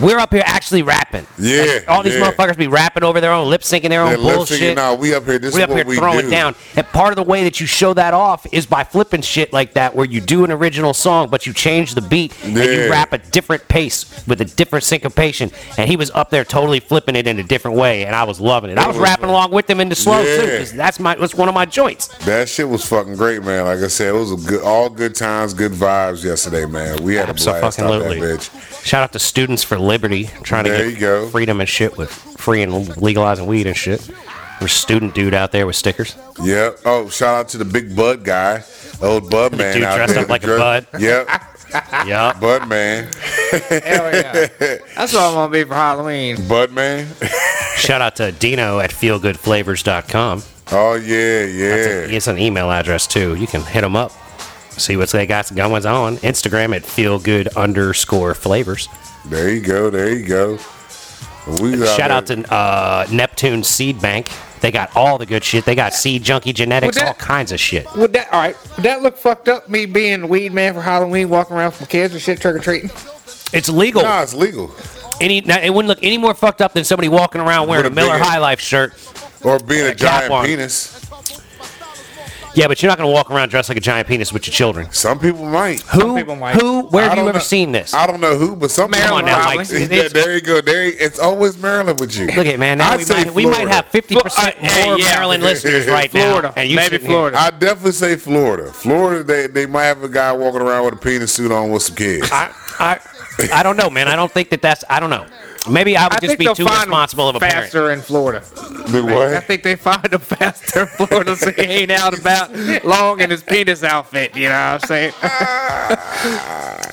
S1: we're up here actually rapping.
S3: Yeah,
S1: Like, all these
S3: yeah.
S1: motherfuckers be rapping over their own lip syncing their own
S3: That lip
S1: bullshit
S3: singing. Nah, we up here. This
S1: we
S3: is
S1: up
S3: what
S1: here
S3: we
S1: throwing
S3: do.
S1: it down. And part of the way that you show that off is by flipping shit like that, where you do an original song, but you change the beat and
S3: Yeah.
S1: you rap a different pace with a different syncopation. And he was up there totally flipping it in a different way, and I was loving it. I was
S3: was
S1: rapping along with him in the slow too,
S3: Yeah.
S1: 'cause that's my that's one of my joints.
S3: That shit was fucking great, man. Like I said, it was a good, all good times, good vibes yesterday, man. We had a blast out that
S1: Absolutely.
S3: bitch.
S1: Shout out to Students for Liberty, trying
S3: There
S1: to
S3: you
S1: get
S3: go.
S1: freedom and shit with free and legalizing weed and shit. There's a student dude out there with stickers.
S3: Yep. Oh, shout out to the big Bud guy, old Bud man
S1: dude
S3: out
S1: dressed
S3: there.
S1: up like a
S3: Dre-
S1: bud.
S3: Yep, Ah.
S1: Yeah.
S3: Bud man,
S2: Hell yeah. That's what I'm gonna be for Halloween.
S3: Bud man.
S1: Shout out to Dino at feelgoodflavors.com.
S3: Oh yeah, yeah.
S1: It's an email address too. You can hit them up, see what's they got going on. Instagram at feel good underscore flavors.
S3: There you go. There you go. We
S1: Shout out to uh, Neptune Seed Bank. They got all the good shit. They got seed junkie genetics,
S2: Well, that-
S1: all kinds of shit.
S2: Would that all right? Would that look fucked up? Me being the weed man for Halloween, walking around with my kids and shit, trick or treating.
S1: It's legal.
S3: Nah, it's legal.
S1: Any, now, it wouldn't look any more fucked up than somebody walking around wearing
S3: With
S1: a
S3: a
S1: Miller
S3: big-
S1: High Life shirt.
S3: Or being a
S1: cap
S3: giant
S1: on.
S3: penis.
S1: Yeah, but you're not gonna walk around dressed like a giant penis with your children.
S3: Some people might.
S1: Who?
S2: people might.
S1: Who? Where
S3: I
S1: have you
S3: don't
S1: ever
S3: know-
S1: seen this?
S3: I don't know who, but some
S2: Come
S1: on
S3: people
S1: now,
S3: might.
S1: Mike.
S3: Yeah, there you go. There, you- it's always Maryland with you.
S1: Look at man, now
S3: I'd
S1: we,
S3: say
S1: might, we might
S3: Florida.
S1: have 50 percent
S2: Flo- I-
S1: more
S2: yeah.
S1: Maryland listeners right
S2: Florida,
S1: now, and you
S2: maybe
S1: sitting here-
S2: Florida.
S3: I definitely say Florida. Florida, they, they might have a guy walking around with a penis suit on with some kids.
S1: I, I, I don't know, man. I don't think that that's. I don't know. Maybe I would
S2: I
S1: just
S2: think
S1: be
S2: they'll
S1: too
S2: find
S1: responsible of a
S2: them faster
S1: parent.
S2: in Florida.
S3: Look what?
S2: I think they find him faster in Florida, so he ain't out about long in his penis outfit. You know what I'm saying?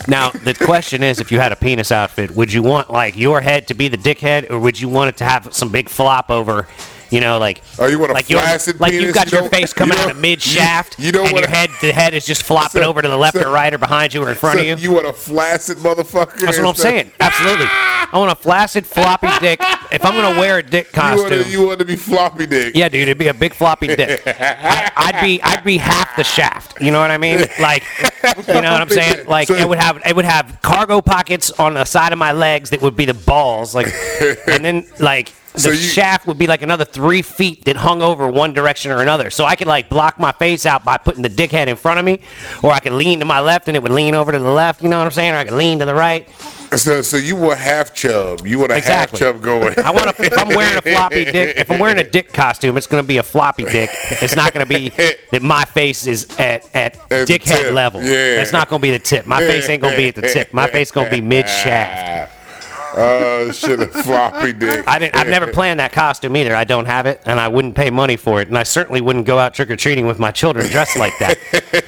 S1: Now the question is, if you had a penis outfit, would you want like your head to be the dickhead, or would you want it to have some big flop over? You know, like
S3: Oh, you want a
S1: like, your-
S3: flaccid
S1: like
S3: penis?
S1: you've got
S3: You
S1: your
S3: don't-
S1: face coming
S3: you
S1: out
S3: don't-
S1: of mid shaft,
S3: you- you don't
S1: and your
S3: wanna-
S1: head the head is just flopping
S3: So-
S1: over to the left
S3: so-
S1: or right or behind you or in front
S3: So
S1: of you.
S3: want a flaccid motherfucker?
S1: That's what I'm
S3: instead-
S1: saying. Absolutely, I want a flaccid floppy dick. If I'm gonna wear a dick
S3: You
S1: costume,
S3: want, to, you want to be floppy dick.
S1: Yeah, dude, it'd be a big floppy dick. I, I'd be I'd be half the shaft. You know what I mean? Like, you know what I'm saying? Like, it would have it would have cargo pockets on the side of my legs that would be the balls, like, and then like. The
S3: So you-
S1: shaft would be like another three feet that hung over one direction or another. So I could like block my face out by putting the dickhead in front of me, or I could lean to my left and it would lean over to the left. You know what I'm saying? Or I could lean to the right.
S3: So, so you want half chub. You want a
S1: Exactly.
S3: half chub going.
S1: I want to. If I'm wearing a floppy dick, if I'm wearing a dick costume, it's going to be a floppy dick. It's not going to be that my face is at at,
S3: the
S1: dickhead
S3: tip,
S1: level.
S3: yeah.
S1: That's not going to be the tip. My face ain't going to be at the tip. My face going to be mid shaft.
S3: Uh, shit, a floppy dick.
S1: I didn't, I've never planned that costume either. I don't have it, and I wouldn't pay money for it, and I certainly wouldn't go out trick or treating with my children dressed like that.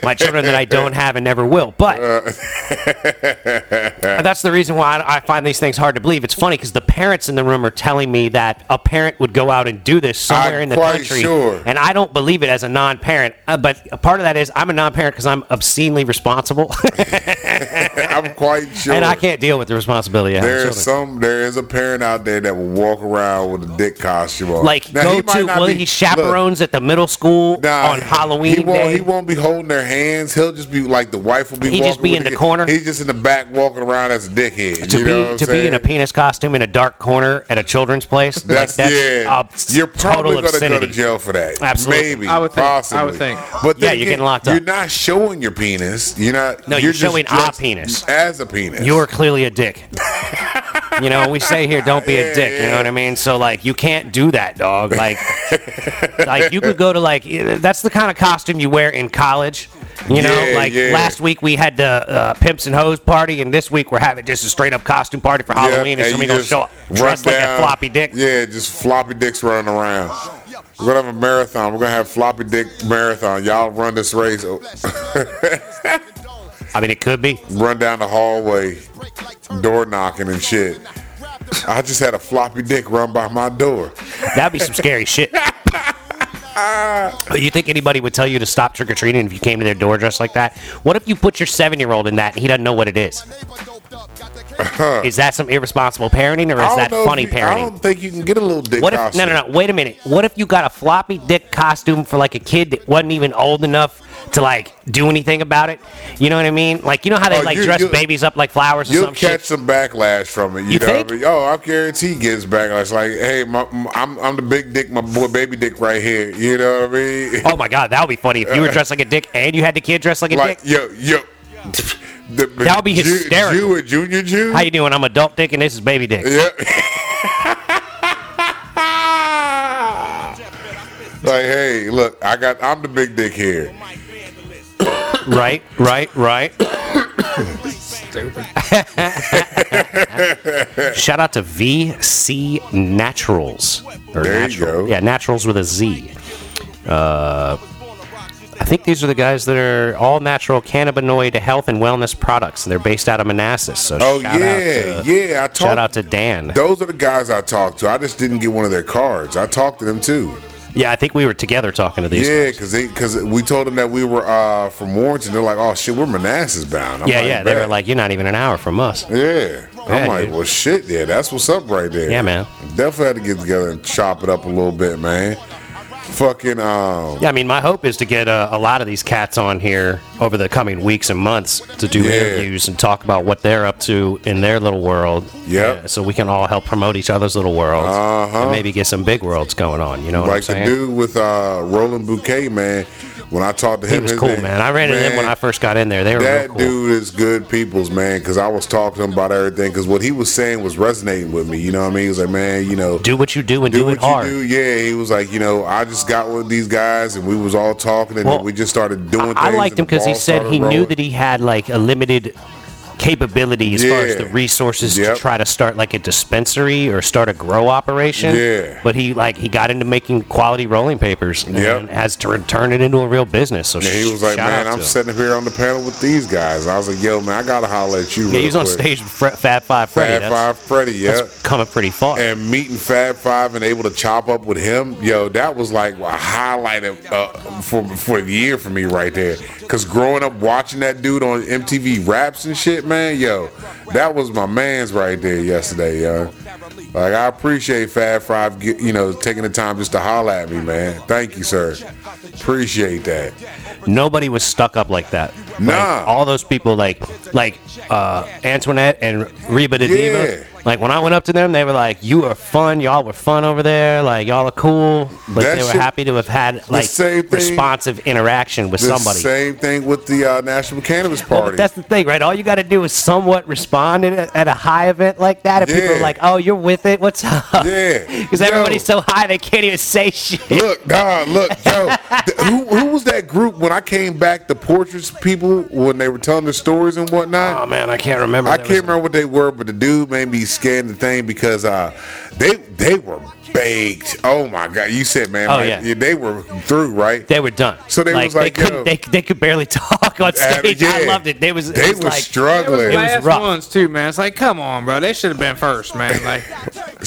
S1: my children that I don't have and never will. But
S3: Uh.
S1: that's the reason why I, I find these things hard to believe. It's funny because the parents in the room are telling me that a parent would go out and do this somewhere
S3: I'm
S1: in the
S3: quite
S1: country,
S3: sure.
S1: and I don't believe it as a non-parent. Uh, but a part of that is I'm a non-parent because I'm obscenely responsible,
S3: I'm quite sure.
S1: and I can't deal with the responsibility. I have
S3: There is
S1: children.
S3: some. There is a parent out there that will walk around with a dick costume on.
S1: like
S3: Now,
S1: go
S3: might
S1: to
S3: not
S1: well,
S3: be-
S1: he chaperones at the middle school
S3: look, nah,
S1: on Halloween
S3: He won't.
S1: day.
S3: He won't be holding their hands. He'll just be like the wife will be.
S1: He
S3: walking
S1: just be
S3: with
S1: in the corner?
S3: He's just in the back walking around as a dickhead.
S1: to
S3: you
S1: be
S3: know what I'm
S1: to be in a
S3: saying?
S1: penis costume in a dark corner at a children's place.
S3: That's,
S1: like, that's
S3: yeah.
S1: a s-
S3: you're probably
S1: total
S3: gonna go
S1: obscenity.
S3: to jail for that.
S1: Absolutely.
S3: Maybe.
S2: I would think- I would
S3: Possibly.
S2: think.
S3: But
S1: Yeah,
S3: then
S1: you're
S3: again,
S1: getting locked
S3: You're
S1: up.
S3: not showing your penis. You're not.
S1: No, you're
S3: just
S1: showing our
S3: dressed
S1: penis.
S3: as a penis.
S1: You're clearly a dick. you know, we say here, don't be a
S3: Yeah,
S1: dick. You
S3: yeah.
S1: know what I mean? So like, you can't do that, dog. Like, like you could go to like that's the kind of costume you wear in college. You know,
S3: Yeah,
S1: like
S3: yeah.
S1: last week we had the uh, pimps and hoes party, and this week we're having just a straight up costume party for
S3: Yeah,
S1: Halloween, and
S3: you
S1: somebody gonna
S3: just
S1: show up
S3: run
S1: dressed like a
S3: down-
S1: floppy dick.
S3: Yeah, just floppy dicks running around. We're gonna have a marathon. We're gonna have floppy dick marathon. Y'all run this race,
S1: I mean, it could be.
S3: run down the hallway, door knocking and shit. I just had a floppy dick run by my door.
S1: That'd be some scary shit. But you think anybody would tell you to stop trick or treating if you came to their door dressed like that? What if you put your seven year old in that and he doesn't know what it is? Is that some irresponsible parenting or
S3: Uh-huh. I
S1: is that
S3: don't know if
S1: funny
S3: you- I
S1: parenting?
S3: don't think you can get a little dick
S1: What if
S3: costume.
S1: no no no wait a minute? What if you got a floppy dick costume for like a kid that wasn't even old enough to like do anything about it? You know what I mean? Like you know how they
S3: Oh,
S1: like
S3: you-
S1: dress
S3: you-
S1: babies up like flowers or
S3: You'll
S1: some
S3: catch
S1: shit?
S3: some backlash from it. You,
S1: You
S3: know
S1: think?
S3: what I mean? Oh, I guarantee he gets backlash. Like, hey, my, my- I'm, I'm the big dick, my boy, baby dick right here. You know what I mean?
S1: Oh my god, that would be funny if you
S3: Uh-huh.
S1: were dressed like a dick and you had the kid dressed like a
S3: like,
S1: dick.
S3: yo, yo. The,
S1: That'll be
S3: Ju-
S1: hysterical.
S3: Jew and Junior Jew?
S1: How you doing? I'm adult dick and this is baby dick.
S3: yeah. like, hey, look, I got, I'm the big dick here.
S1: Right, right, right. Shout out to VC Naturals. Or
S3: There you
S1: natural.
S3: go.
S1: Yeah, Naturals with a Z. Uh, I think these are the guys that are all natural cannabinoid health and wellness products, and they're based out of Manassas. So
S3: Oh
S1: shout
S3: yeah,
S1: out to,
S3: yeah. I talked.
S1: Shout out to Dan.
S3: Those are the guys I talked to. I just didn't get one of their cards. I talked to them too.
S1: Yeah, I think we were together talking to these.
S3: Yeah, because they because we told them that we were uh, from Warrington. They're like, oh shit, we're Manassas bound. I'm
S1: yeah, yeah. They were
S3: "Bet."
S1: like, "You're not even an hour from us."
S3: yeah. I'm
S1: Yeah,
S3: like,
S1: dude.
S3: well, shit, yeah, that's what's up right there.
S1: Yeah, man.
S3: Definitely had to get together and chop it up a little bit, man. Fucking um,
S1: Yeah, I mean, my hope is to get uh, a lot of these cats on here over the coming weeks and months to do
S3: Yeah.
S1: interviews and talk about what they're up to in their little world.
S3: Yep.
S1: Uh, so we can all help promote each other's little worlds
S3: Uh-huh.
S1: and maybe get some big worlds going on. You know what I'm
S3: like the
S1: saying?
S3: dude with uh, Roland Bouquet, man. When I talked to him,
S1: he was
S3: his
S1: cool,
S3: name-
S1: man. I ran into him when I first got in there. They were real
S3: That
S1: cool.
S3: dude is good people's man because I was talking to him about everything because what he was saying was resonating with me. You know what I mean? He was like, man, you know,
S1: do what you do and do,
S3: do
S1: it
S3: what
S1: hard.
S3: you do. Yeah, he was like, you know, I just got with these guys and we was all talking and
S1: Well,
S3: then we just started doing.
S1: I, I
S3: things
S1: liked him because he said he knew that he had like a limited capability as far as the
S3: Yeah.
S1: resources
S3: Yep.
S1: to try to start like a dispensary or start a grow operation.
S3: Yeah.
S1: But he like he got into making quality rolling papers and
S3: Yep.
S1: has to turn it into a real business. So
S3: And he was like, man, I'm
S1: saying
S3: sitting here on the panel with these guys. I was like, yo, man, I gotta holler at you.
S1: Yeah, he was on stage with Fre- Fat Five Freddy.
S3: Fab
S1: that's,
S3: Five Freddy, yeah.
S1: that's coming pretty far.
S3: and meeting Fab Five and able to chop up with him, yo, that was like a highlight of, uh, for for the year for me right there. Cause growing up watching that dude on MTV Raps and shit, man, yo, that was my man's right there yesterday, yo. Like I appreciate Fab Five, get- you know, taking the time just to holler at me, man. Thank you, sir. Appreciate that.
S1: Nobody was stuck up like that. Like,
S3: Nah.
S1: all those people like like uh, Antoinette and Reba de Diva.
S3: Yeah.
S1: Like when I went up to them, they were like, "You are fun. Y'all were fun over there. Like y'all are cool." But
S3: That
S1: they were
S3: shit-
S1: happy to have had like
S3: same thing-
S1: responsive interaction with
S3: The
S1: somebody.
S3: same thing with the uh, National Cannabis
S1: Well, but
S3: Party.
S1: that's the thing, right? All you got to do is somewhat respond at a, at a high event like that, and people are
S3: Yeah.
S1: like, "Oh, you're with it. What's up?"
S3: Yeah.
S1: because
S3: Yo.
S1: everybody's so high they can't even say shit.
S3: Look, nah, look, yo. th- who, who was that group when I came back? The portraits people when they were telling their stories and whatnot.
S1: man, I can't remember.
S3: Oh, I
S1: There
S3: can't
S1: Ah, was-
S3: remember what they were, but the dude made me scanned the thing because uh, they they were baked. Oh my god! You said, man,
S1: Oh,
S3: like,
S1: yeah.
S3: yeah, they were through, right?
S1: They were done.
S3: So they was like,
S1: they,
S3: yo.
S1: couldn't, they, they could barely talk on
S3: Uh,
S1: stage. I
S3: yeah.
S1: loved it. They was, it
S3: they
S1: was
S3: were
S1: like,
S3: struggling.
S1: It was
S2: Last
S1: rough.
S2: ones too, man. It's like, come on, bro. They should have been first, man. Like,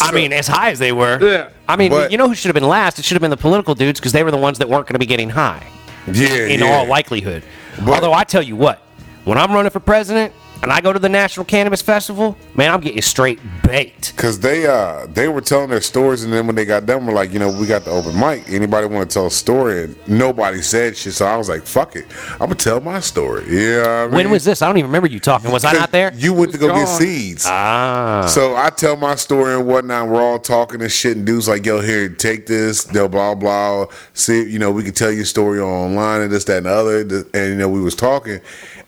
S1: I mean, as high as they were.
S2: Yeah.
S1: I mean,
S3: But-
S1: you know who should have been last? It should have been the political dudes because they were the ones that weren't going to be getting high
S3: yeah,
S1: in
S3: yeah.
S1: all likelihood.
S3: But-
S1: Although I tell you what, when I'm running for president and I go to the National Cannabis Festival, man, I'm getting straight baked.
S3: Cause they uh they were telling their stories and then when they got done we're like you know we got the open mic anybody want to tell a story and nobody said shit so I was like fuck it I'm gonna tell my story yeah
S1: When was this? I don't even remember you talking. Was I not there?
S3: you went to go get
S2: Gone.
S3: seeds
S1: Ah.
S3: So I tell my story and whatnot. We're all talking and shit, and dudes like, "Yo, here, take this." They'll blah blah. See, you know, we can tell your story online and this, that, and the other. And you know, we was talking,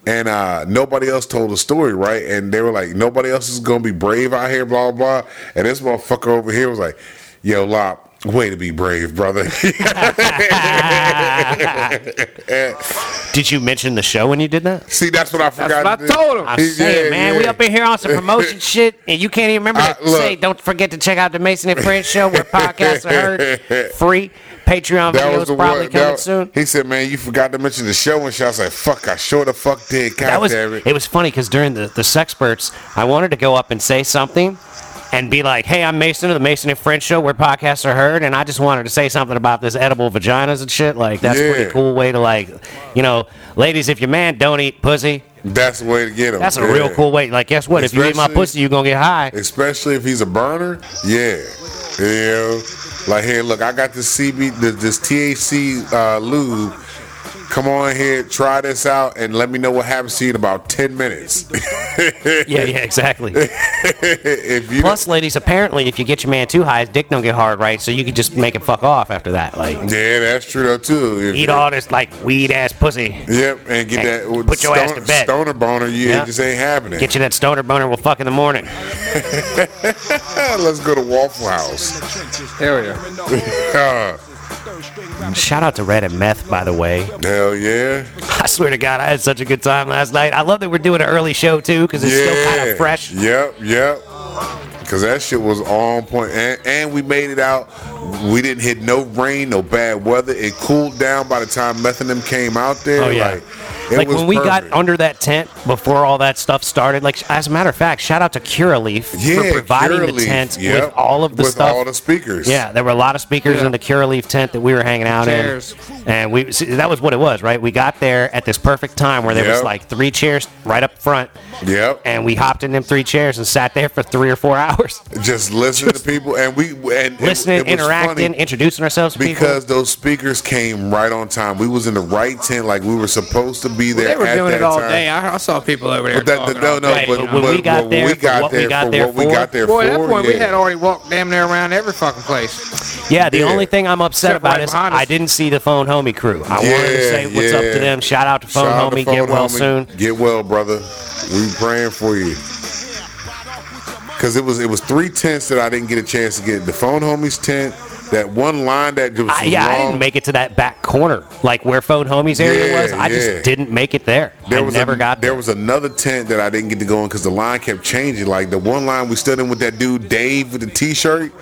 S3: and uh, nobody else told a story, right? And they were like, "Nobody else is gonna be brave out here." Blah blah. And this motherfucker over here was like, "Yo, Lop." Way to be brave, brother.
S1: Did you mention the show when you did that?
S3: See, that's what I forgot.
S2: what I
S3: to do.
S2: told him.
S1: I'm
S3: Yeah,
S1: saying, man, we
S3: yeah.
S1: up in here on some promotion shit, and you can't even remember
S3: I-
S1: to
S3: look.
S1: say, don't forget to check out the Mason and Friends show where podcasts are heard free. Patreon videos probably coming
S3: that-
S1: soon.
S3: He said, "Man, you forgot to mention the show." And shit. I was like, "Fuck, I sure the fuck did." God
S1: that was
S3: damn
S1: it. was funny because during the the sexperts, I wanted to go up and say something. And be like, hey, I'm Mason of the Mason and Friends show where podcasts are heard, and I just wanted to say something about this edible vaginas and shit. Like, that's a
S3: Yeah.
S1: pretty cool way to like, you know, ladies, if your man don't eat pussy,
S3: That's the way to get him.
S1: that's a
S3: yeah.
S1: real cool way. Like, guess what? if you eat my
S3: Especially-
S1: pussy, you gonna get high.
S3: Especially if he's a burner. Yeah. Yeah. Like here, look, I got this CB, th- this THC uh, lube. Come on here, try this out, and let me know what happens to you in about ten minutes.
S1: Yeah, yeah, exactly.
S3: if you
S1: Plus, ladies, apparently, if you get your man too high, his dick don't get hard, right? So you can just make it fuck off after that. Like,
S3: yeah, that's true though too. If
S1: eat
S3: you-
S1: all this, like, weed ass pussy.
S3: Yep, and get that
S1: Hey, put your ass to bed.
S3: stoner boner. Yeah,
S1: Yeah.
S3: it just ain't happening.
S1: Get you that stoner boner, we'll fuck in the morning.
S3: Yeah, let's go to Waffle House.
S2: hell yeah.
S3: Uh,
S1: Shout out to Red and Meth, by the way.
S3: hell yeah.
S1: I swear to God, I had such a good time last night. I love that we're doing an early show, too, because it's still kind
S3: Yeah.
S1: of fresh.
S3: Yep, yep. Cause that shit was on point, and, and we made it out. We didn't hit no rain, no bad weather. It cooled down by the time meth and them came out there.
S1: Oh, yeah.
S3: like, it
S1: Like
S3: was
S1: when we
S3: perfect.
S1: got under that tent before all that stuff started. Like as a matter of fact, shout out to Curaleaf for
S3: Yeah,
S1: providing the
S3: Curaleaf,
S1: tent
S3: yep,
S1: with all of the
S3: with
S1: stuff.
S3: all the speakers.
S1: Yeah, there were a lot of speakers
S2: Yeah.
S1: in the Curaleaf tent that we were hanging out
S2: Chairs.
S1: in, and we see, that was what it was, right? We got there at this perfect time where there was
S3: Yep.
S1: like three chairs right up front,
S3: Yep.
S1: and we hopped in them three chairs and sat there for three or four hours,
S3: just listening to people, and we and it-
S1: listening,
S3: it was
S1: interacting,
S3: funny.
S1: introducing ourselves to people.
S3: because those speakers came right on time. We was in the right tent, like we were supposed to be there.
S2: They were
S3: at
S2: doing
S3: that
S2: it all
S3: time.
S2: day. I, I saw people over there.
S3: But that,
S2: talking
S3: no,
S2: all
S3: no,
S1: Right,
S2: day.
S3: but,
S1: but when we
S3: but
S1: got there
S3: we
S1: for
S3: got
S1: what we
S3: there
S1: got
S3: for
S1: there
S3: what we
S1: for-
S3: got there
S2: Boy,
S3: for,
S2: at that point, we
S3: yeah.
S2: had already walked damn near around every fucking place.
S1: Yeah, the
S3: Yeah.
S1: only thing I'm upset
S2: Except
S1: about
S2: right
S1: is
S2: behind us.
S1: I didn't see the phone homie crew. I wanted to
S3: Yeah,
S1: say what's up
S3: yeah.
S1: to them. Shout out to phone
S3: Shout out to
S1: homie.
S3: Phone
S1: Get well
S3: Homie.
S1: soon.
S3: Get well, brother. We praying for you. Cause it was it was three tents that I didn't get a chance to get. The phone homies tent, that one line that was
S1: I, yeah, I
S3: wrong.
S1: didn't make it to that back corner, like where phone homies area
S3: Yeah,
S1: was. I
S3: yeah.
S1: just didn't make it there.
S3: there
S1: I
S3: was
S1: never
S3: a,
S1: got
S3: there
S1: there.
S3: was another tent that I didn't get to go in because the line kept changing. Like the one line we stood in with that dude Dave with the T-shirt.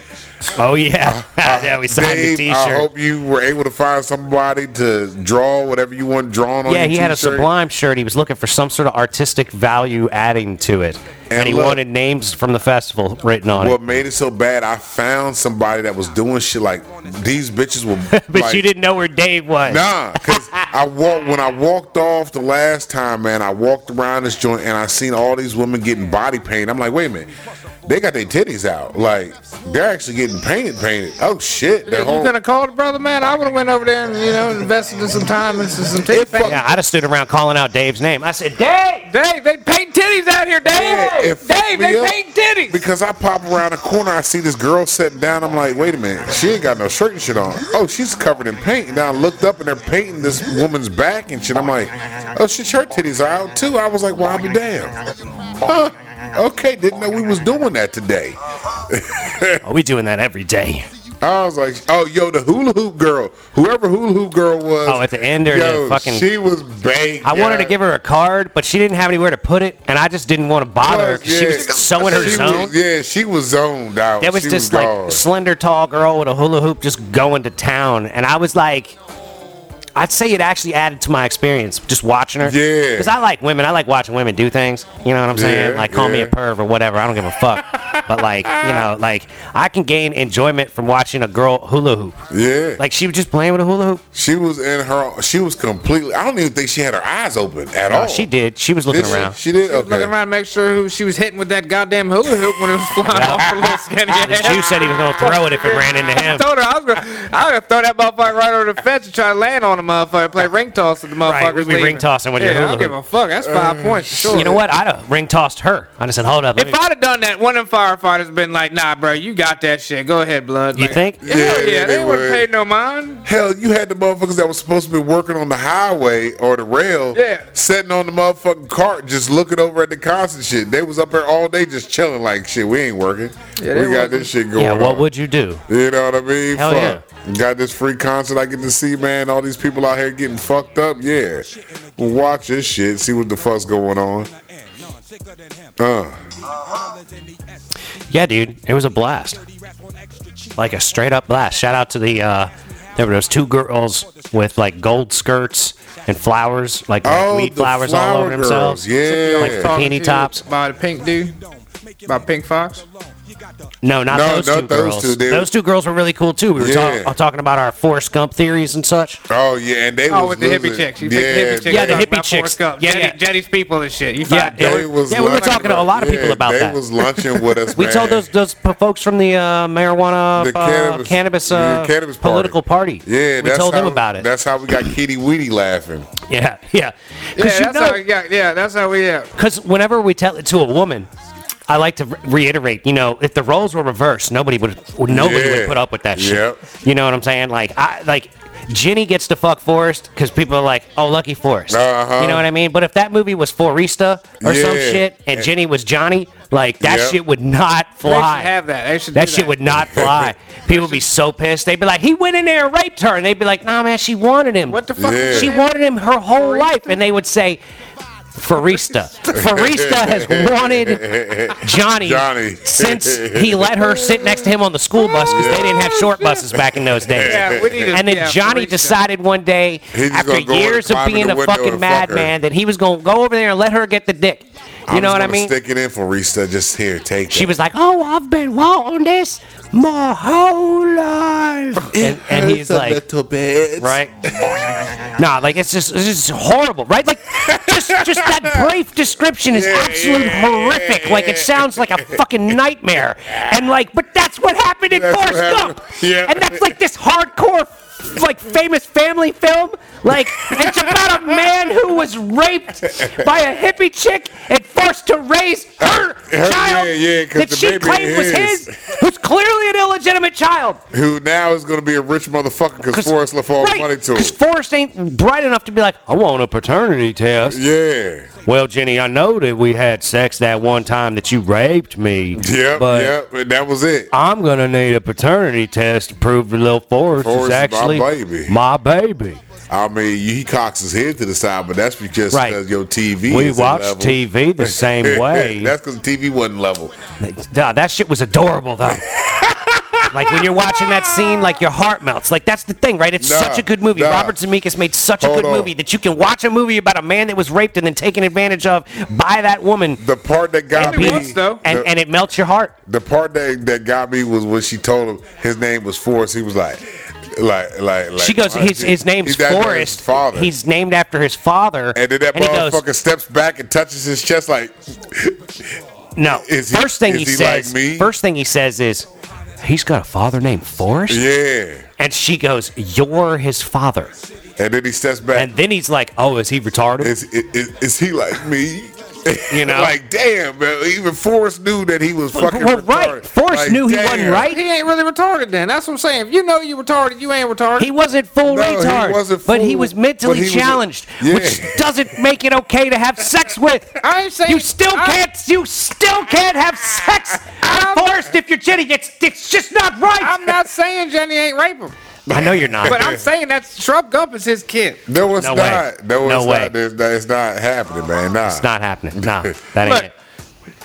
S1: Oh yeah, yeah, we signed
S3: Dave,
S1: the
S3: I
S1: T-shirt.
S3: hope you were able to find somebody to draw whatever you want drawn on.
S1: Yeah,
S3: your
S1: he had a
S3: t-shirt.
S1: Sublime shirt. He was looking for some sort of artistic value adding to it, and,
S3: And
S1: he
S3: look-
S1: wanted names from the festival written on
S3: What
S1: it.
S3: made it so bad? I found somebody that was doing shit like these bitches were.
S1: But
S3: like,
S1: you didn't know where Dave was.
S3: Nah, cause I walked when I walked off the last time, man. I walked around this joint and I seen all these women getting body paint. I'm like, wait a minute, they got their titties out. Like they're actually getting painted, painted. Oh shit,
S2: If
S3: their
S2: you
S3: whole.
S2: could have called the brother, man, I would have went over there and, you know, invested in some time and some some titty paint.
S1: Yeah, I'd have stood around calling out Dave's name. I said, Dave.
S2: Dave, they paint titties out here, Dave.
S3: it fucked
S2: Dave,
S3: me
S2: they
S3: up
S2: paint titties.
S3: Because I pop around the corner, I see this girl sitting down. I'm like, wait a minute, she ain't got no shirt and shit on. Oh, she's covered in paint. And I looked up and they're painting this woman's back and shit. I'm like, oh shit, her titties are out too. I was like, well, I'll be damned. Huh? Okay, didn't know we was doing that today.
S1: Are we doing that every day?
S3: I was like, oh, yo, the hula hoop girl, whoever hula hoop girl was.
S1: Oh, at the end there,
S3: yo,
S1: the fucking-
S3: She was banged.
S1: I wanted to give her a card, but she didn't have anywhere to put it, and I just didn't want to bother her 'cause she was so in her
S3: She was-
S1: zone.
S3: yeah, she was zoned out.
S1: That was
S3: She
S1: just like
S3: gone.
S1: slender, tall girl with a hula hoop just going to town, and I was like, I'd say it actually added to my experience just watching her.
S3: Yeah.
S1: Because I like women. I like watching women do things. You know what I'm saying?
S3: Yeah,
S1: like call me
S3: yeah.
S1: a perv or whatever. I don't give a fuck. but like you know, like I can gain enjoyment from watching a girl hula hoop.
S3: Yeah,
S1: Like she was just playing with a hula hoop.
S3: she was in her. She was completely. I don't even think she had her eyes open at
S1: No,
S3: all.
S1: she did. She was looking
S3: Did she?
S1: around.
S3: She did. Okay.
S2: Looking around, to make sure who she was hitting with that goddamn hula hoop when it was flying off her little skinny
S1: the
S2: ass.
S1: Jew said he was gonna throw it if it ran into
S2: I
S1: him.
S2: told her I was gonna, I was gonna throw that motherfucker right over the fence and try to land on the motherfucker. Play ring toss with the motherfucker.
S1: Right, we be ring tossing with
S2: yeah,
S1: your
S2: I
S1: hula
S2: don't give a
S1: hoop.
S2: fuck. That's five
S3: Mm.
S2: points for sure.
S1: You know what? I'd have ring tossed her. I'd have said, "Hold up." let
S2: If
S1: me-
S2: I'd have done that, one of them firefighters been like, "Nah, bro, you got that shit. Go ahead, blood."
S1: You
S2: Like,
S1: think?
S2: Yeah, yeah,
S3: Yeah,
S2: they,
S3: they
S2: wouldn't
S3: would.
S2: paid no mind.
S3: Hell, you had the motherfuckers that was supposed to be working on the highway or the rail,
S2: Yeah.
S3: sitting on the motherfucking cart, just looking over at the concert shit. They was up there all day just chilling, like shit. We ain't working.
S2: Yeah,
S3: we
S2: they
S3: got
S2: wasn't-
S3: this shit going.
S1: Yeah. What
S3: on.
S1: would you do?
S3: you know what I mean?
S1: Hell
S3: Fuck. Got this free concert I get to see, man. All these people out here getting fucked up. Yeah, watch this shit. See what the fuck's going on. Uh,
S1: Yeah, dude, it was a blast. Like a straight up blast. Shout out to the uh there were those two girls with like gold skirts and flowers, like, like
S3: oh,
S1: weed
S3: the
S1: flowers all
S3: flower
S1: over
S3: girls.
S1: themselves.
S3: Yeah,
S1: Like fucking
S2: Talking
S1: Bikini
S2: to
S1: tops.
S2: by the pink dude, by Pink Fox.
S1: No, not
S3: No,
S1: those
S3: not
S1: two
S3: those
S1: girls.
S3: two, dude.
S1: those two girls were really cool too. We were
S3: Yeah.
S1: talk- talking about our Forrest Gump theories and such.
S3: Oh yeah, and they
S2: Oh,
S3: was
S2: with the hippie
S3: losing.
S2: chicks. You
S3: yeah,
S2: think the hippie chicks?
S1: Yeah, the
S2: talk
S1: hippie
S2: about Forrest
S1: chicks.
S2: Gump,
S1: Yeah,
S2: Jetty,
S1: yeah.
S2: Jetty's people and shit. You
S1: Yeah,
S2: find
S1: yeah,
S2: that.
S3: They was
S1: yeah, we were
S3: like-
S1: talking to a lot of people
S3: Yeah,
S1: about
S3: they
S1: that.
S3: was lunching with us.
S1: We
S3: man.
S1: told those those p- folks from the uh, marijuana
S3: The
S1: uh,
S3: cannabis-
S1: cannabis,
S3: the
S1: uh,
S3: cannabis party.
S1: political party.
S3: Yeah,
S1: we told
S3: how,
S1: them about it.
S3: That's how we got Kitty Weedy laughing.
S1: Yeah, yeah.
S2: Yeah,
S1: Because
S2: that's how we got. Yeah, that's how we. Yeah.
S1: because whenever we tell it to a woman, I like to re- reiterate, you know, if the roles were reversed, nobody would nobody
S3: Yeah.
S1: would put up with that shit.
S3: Yep.
S1: You know what I'm saying? Like I like Jenny gets to fuck Forrest because people are like, oh, lucky Forrest.
S3: Uh-huh.
S1: You know what I mean? But if that movie was Forresta or some
S3: Yeah.
S1: shit and Jenny was Johnny, like that
S3: Yep.
S1: shit would not
S2: They should
S1: fly.
S2: have that. They should
S1: That
S2: do
S1: shit would not fly. People would be so pissed. They'd be like, he went in there and raped her. And they'd be like, nah, man, she wanted him.
S2: What the fuck?
S3: Yeah.
S2: is
S1: She
S2: that?
S1: wanted him her whole life, and they would say, Farista. Farista has wanted Johnny,
S3: Johnny.
S1: since he let her sit next to him on the school bus because they didn't have short buses back in those days.
S2: Yeah, we need to-
S1: And then
S2: yeah,
S1: Johnny
S2: Farista.
S1: decided one day,
S3: He's just
S1: after
S3: gonna go and
S1: years of
S3: climb in
S1: being
S3: the
S1: a
S3: window
S1: fucking
S3: and fuck her.
S1: madman, that he was going to go over there and let her get the dick. You
S3: I'm
S1: know
S3: just
S1: what I
S3: gonna
S1: mean?
S3: Stick it in for Rista. Just here, take
S1: She
S3: it.
S1: was like, "Oh, I've been wanting this my whole life," and, and he's like, right? nah, like it's just it's just horrible, right? Like just just that brief description is
S3: Yeah,
S1: absolute
S3: yeah,
S1: horrific.
S3: yeah,
S1: like it sounds like a fucking nightmare. And like, but that's what happened in
S3: That's what
S1: Forrest
S3: happened.
S1: Gump.
S3: Yeah.
S1: And that's like this hardcore like famous family film. Like it's about a man who was raped by a hippie chick and forced to raise her,
S3: yeah,
S1: child
S3: yeah, 'cause
S1: that
S3: the
S1: she
S3: baby
S1: claimed was
S3: is.
S1: his, who's clearly an illegitimate child.
S3: Who now is gonna be a rich motherfucker because Forrest left all the money to him.
S1: Because Forrest ain't bright enough to be like, "Oh, I want a paternity test.
S3: Yeah.
S1: Well, Jenny, I know that we had sex that one time that you raped me.
S3: Yep.
S1: but
S3: yep. And that was it.
S1: I'm gonna need a paternity test to prove that little Forrest,
S3: Forrest is
S1: is
S3: my
S1: actually
S3: baby.
S1: my baby.
S3: I mean, he cocks his head to the side, but that's because
S1: Right.
S3: because your TV.
S1: we
S3: isn't
S1: watch
S3: level.
S1: TV the same way.
S3: that's because TV wasn't level.
S1: Nah, that shit was adorable though. like when you're watching that scene, like your heart melts. Like that's the thing, right? It's
S3: Nah,
S1: such a good movie.
S3: nah.
S1: Robert Zemeckis made such
S3: Hold
S1: a good
S3: on.
S1: movie that you can watch a movie about a man that was raped and then taken advantage of by that woman,
S3: The part that got
S1: and,
S2: Only
S3: me.
S1: be-
S2: once, though.
S1: and, and it melts your heart.
S3: The part that, that got me was when she told him his name was Forrest. He was like, like, like, like
S1: She goes,
S3: my
S1: his,
S3: dude."
S1: his name's
S3: He's that man's
S1: Forrest.
S3: Father.
S1: He's named after his father.
S3: and then that
S1: he goes,
S3: motherfucker steps back and touches his chest like,
S1: No.
S3: Is he-
S1: first thing
S3: is
S1: he,
S3: he like
S1: says.
S3: me?
S1: First thing he says is, he's got a father named Forrest.
S3: yeah.
S1: And she goes, "You're his father."
S3: And then he steps back.
S1: And then he's like, "Oh, is he retarded?"
S3: is, is, is he like me?
S1: You know?
S3: like damn, man. Even Forrest knew that he was fucking
S1: well, right.
S3: retarded.
S1: Forrest
S3: Like,
S1: knew he wasn't
S3: damn.
S1: right.
S2: He ain't really retarded then. That's what I'm saying. If you know you retarded, you ain't retarded.
S1: He wasn't full
S3: No, he
S1: retard,
S3: wasn't
S1: but he
S3: full,
S1: was
S3: but
S1: mentally
S3: he was a-
S1: challenged,
S3: Yeah.
S1: which doesn't make it okay to have sex with.
S2: I ain't saying-
S1: you still
S2: I-
S1: can't. You still can't have sex.
S2: I'm-
S1: Forrest stiff your titty. It's, it's just not right.
S2: I'm not saying Jenny ain't raping,
S1: I know you're not.
S2: but I'm saying that Trump Gump is his kid.
S3: No, it's
S1: No way.
S3: not. No,
S1: No
S3: it's
S1: way.
S3: not. It's, not. it's not happening, man. Nah.
S1: it's not happening. Nah, that ain't
S2: Look,
S1: it.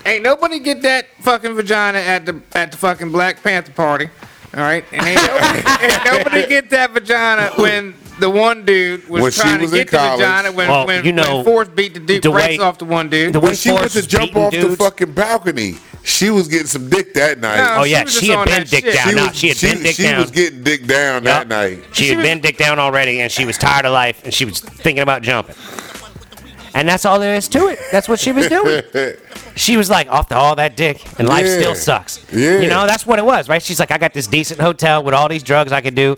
S2: ain't nobody get that fucking vagina at the at the fucking Black Panther party. All right, and ain't nobody, ain't nobody get that vagina when the one dude was
S3: When she
S2: trying
S3: was
S2: to
S3: in
S2: get the
S3: college.
S2: vagina when
S1: Well,
S2: when,
S1: you know,
S2: when Forrest beat the dude
S1: the
S2: breaks
S1: way-
S2: off the one dude.
S1: The
S3: When
S1: way
S3: she went
S1: Forrest
S3: to
S1: was
S3: jump
S1: beating
S3: off the
S1: dudes-
S3: fucking balcony, she was getting some dick that night.
S2: No,
S1: Oh yeah,
S2: was
S1: she,
S2: just
S1: had
S2: on
S1: been
S2: that
S1: dicked
S2: shit.
S1: down.
S3: she
S1: Nah,
S3: was,
S1: she had
S3: she,
S1: been dicked
S3: she
S1: down.
S3: was getting dick down
S1: Yup.
S3: that night.
S1: She had been dicked down already, and she was tired of life, and she was thinking about jumping. And that's all there is to it. That's what she was doing. She was like, off to all that dick, and life
S3: Yeah.
S1: still sucks.
S3: Yeah.
S1: You know, that's what it was, right? She's like, I got this decent hotel with all these drugs I could do.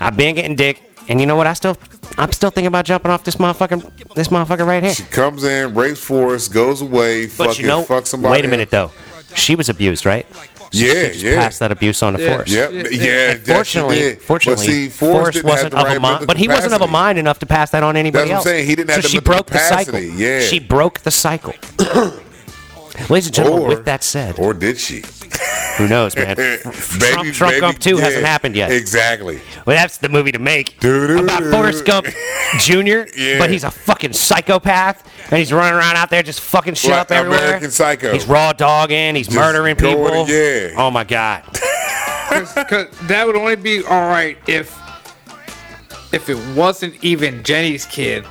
S1: I've been getting dick, and you know what? I still, I'm still thinking about jumping off this motherfucking, this motherfucker right here.
S3: She comes in, rapes Forrest, goes away,
S1: But
S3: fucking
S1: you know,
S3: fuck somebody.
S1: wait a minute though. She was abused, right?
S3: Yeah,
S1: Just
S3: yeah.
S1: passed that abuse on to
S2: Yeah.
S1: Forrest.
S3: Yep. Yeah. yes, she
S1: Fortunately,
S3: did.
S1: fortunately,
S3: but see, Forrest,
S1: Forrest,
S3: didn't
S1: wasn't
S3: have the
S1: of
S3: right
S1: a mind,
S3: mental
S1: but he wasn't of a
S3: capacity.
S1: mind enough to pass that on to anybody
S3: That's what I'm
S1: else.
S3: saying. He didn't
S1: so
S3: have the
S1: she
S3: mental
S1: broke the cycle.
S3: capacity, yeah.
S1: She broke the cycle. Ladies and gentlemen,
S3: Or-
S1: with that said,
S3: Or did she? Eh,
S1: who knows, man? Trump, Trump Gump 2 hasn't happened yet.
S3: Exactly.
S1: Well, that's the movie to make
S3: Doo-doo-doo.
S1: about Forrest Gump Jr.
S3: Yeah.
S1: But he's a fucking psychopath, and he's running around out there just fucking shit
S3: Like
S1: up everywhere.
S3: American Psycho.
S1: He's raw dogging. He's murdering
S3: going-
S1: people.
S3: yeah.
S1: Oh my god.
S2: Cause that would only be all right if if it wasn't even Jenny's kid.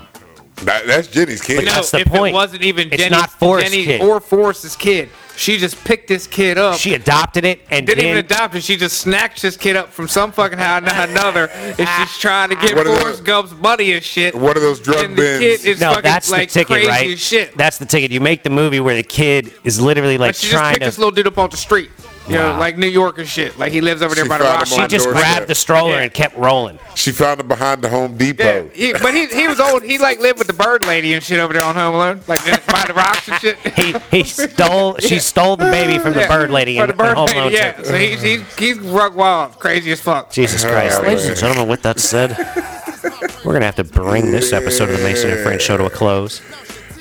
S3: That, that's Jenny's kid.
S1: But That's the
S2: if
S1: point.
S2: it wasn't even
S1: It's
S2: Jenny's,
S1: not Forrest's
S2: Jenny
S1: kid.
S2: or Forrest's kid. She just picked this kid up.
S1: She adopted it and
S2: didn't even
S1: then
S2: adopt it. She just snatched this kid up from some fucking house to another, and she's trying to get
S3: What are the-
S2: Forrest Gump's money and shit.
S3: One of those drug
S2: and the
S3: bins.
S2: kid is
S1: no,
S2: fucking
S1: that's
S2: like
S1: the ticket,
S2: crazy
S1: right?
S2: as shit.
S1: That's the ticket. You make the movie where the kid is literally like
S2: Like, she just
S1: trying
S2: picked
S1: to.
S2: this little dude up off the street, you
S1: Wow.
S2: know, like New York and shit. Like he lives over there
S3: She
S2: by the
S3: found
S2: rock.
S3: him on
S1: she just
S3: doorstep.
S1: grabbed the stroller
S2: Yeah.
S1: and kept rolling.
S3: she found him behind the Home
S2: Yeah,
S3: Depot.
S2: he, but he he was old. He like lived with the bird lady and shit over there on Home Alone, like just by the rocks and shit.
S1: He he stole. She stole the baby from the
S2: Yeah,
S1: bird lady
S2: by
S1: in,
S2: the
S1: in
S2: bird
S1: Home
S2: lady,
S1: Alone.
S2: yeah.
S1: too.
S2: So he's he, he's rug wild, crazy as fuck.
S1: Jesus Christ,
S3: Oh,
S1: ladies
S3: man.
S1: and gentlemen. With that said, we're gonna have to bring this episode of the Mason and Friend Show to a close.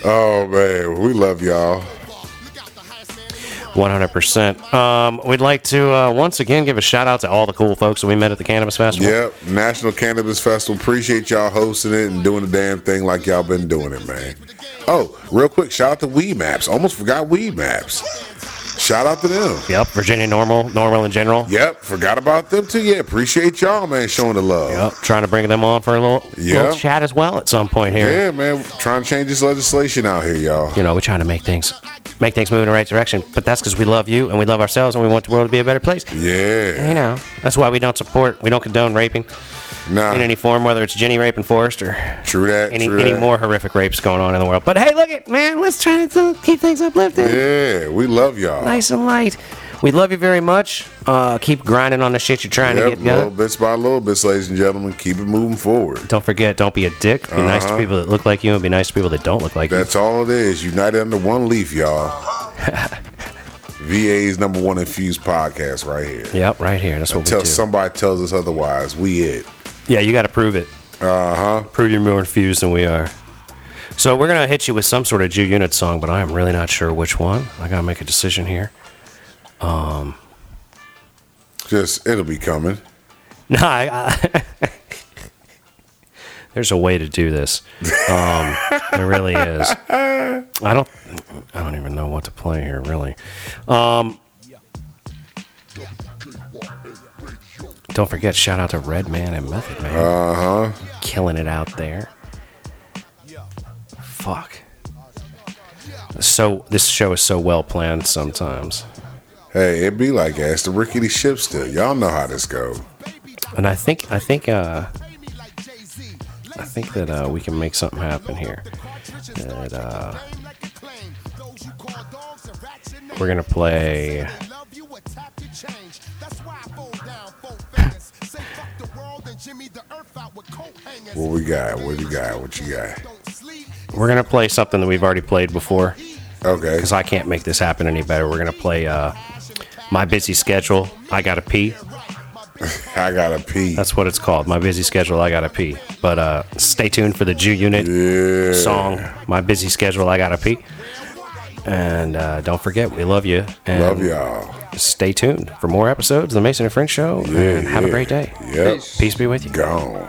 S3: Oh man, we love y'all.
S1: 100%. Um, we'd like to uh, once again give a shout out to all the cool folks that we met at the Cannabis Festival.
S3: Yep, National Cannabis Festival. Appreciate y'all hosting it and doing the damn thing like y'all been doing it, man. Oh, real quick, shout out to Weed Maps. Almost forgot Weed Maps. Shout out to them.
S1: Yep, Virginia Normal, Normal in general.
S3: Yep, forgot about them too. Yeah, appreciate y'all, man, showing the love.
S1: Yep, trying to bring them on for a little,
S3: Yeah.
S1: little chat as well at some point here.
S3: Yeah, man, trying to change this legislation out here, y'all.
S1: You know, we're trying to make things make things move in the right direction, but that's because we love you and we love ourselves and we want the world to be a better place. You
S3: Yeah,
S1: know, that's why we don't support, we don't condone raping
S3: nah,
S1: in any form, whether it's Jenny raping Forrest or
S3: true that.
S1: any,
S3: true
S1: any
S3: that.
S1: more horrific rapes going on in the world. But hey, look it, man, let's try to keep things uplifted.
S3: Yeah, we love y'all.
S1: nice and light. We love you very much. Uh, keep grinding on the shit you're trying to
S3: Yep,
S1: get done.
S3: little bits by little bits, ladies and gentlemen. Keep it moving forward.
S1: Don't forget, don't be a dick. Be nice to people that look like you, and be nice to people that don't look like
S3: Uh-huh. That's all it is. United under one leaf, y'all. VA's number one infused podcast right here.
S1: you. Yep, right here. That's what
S3: Until
S1: we do.
S3: somebody tells us otherwise, we it.
S1: yeah, you got to prove it.
S3: Uh huh.
S1: Prove you're more infused than we are. So we're gonna hit you with some sort of Jew Unit song, but I am really not sure which one. I gotta make a decision here.
S3: Just it'll be coming.
S1: Nah, I, I- there's a way to do this. Um, there really is. I don't. I don't even know what to play here, really. Um, don't forget, shout out to Red Man and Method Man,
S3: Uh huh.
S1: killing it out there. Fuck. So this show is so well planned sometimes,
S3: Hey, it be like that. It's the rickety ship still. Y'all know how this go.
S1: and I think I think uh, I think that uh, we can make something happen here. That uh, We're gonna play.
S3: What we got? What you got? What you got?
S1: We're gonna play something that we've already played before
S3: Okay.
S1: because I can't make this happen any better. We're gonna play uh, my busy schedule. I gotta pee.
S3: I gotta pee.
S1: That's what it's called. My busy schedule. I gotta pee. But uh, stay tuned for the Jew Unit
S3: yeah.
S1: song. My busy schedule. I gotta pee. And uh, don't forget, we love you. And
S3: Love y'all.
S5: stay tuned for more episodes of the Mason and French Show. and have a
S3: yeah.
S5: great day.
S3: Yep.
S5: Peace be with you.
S3: Gone.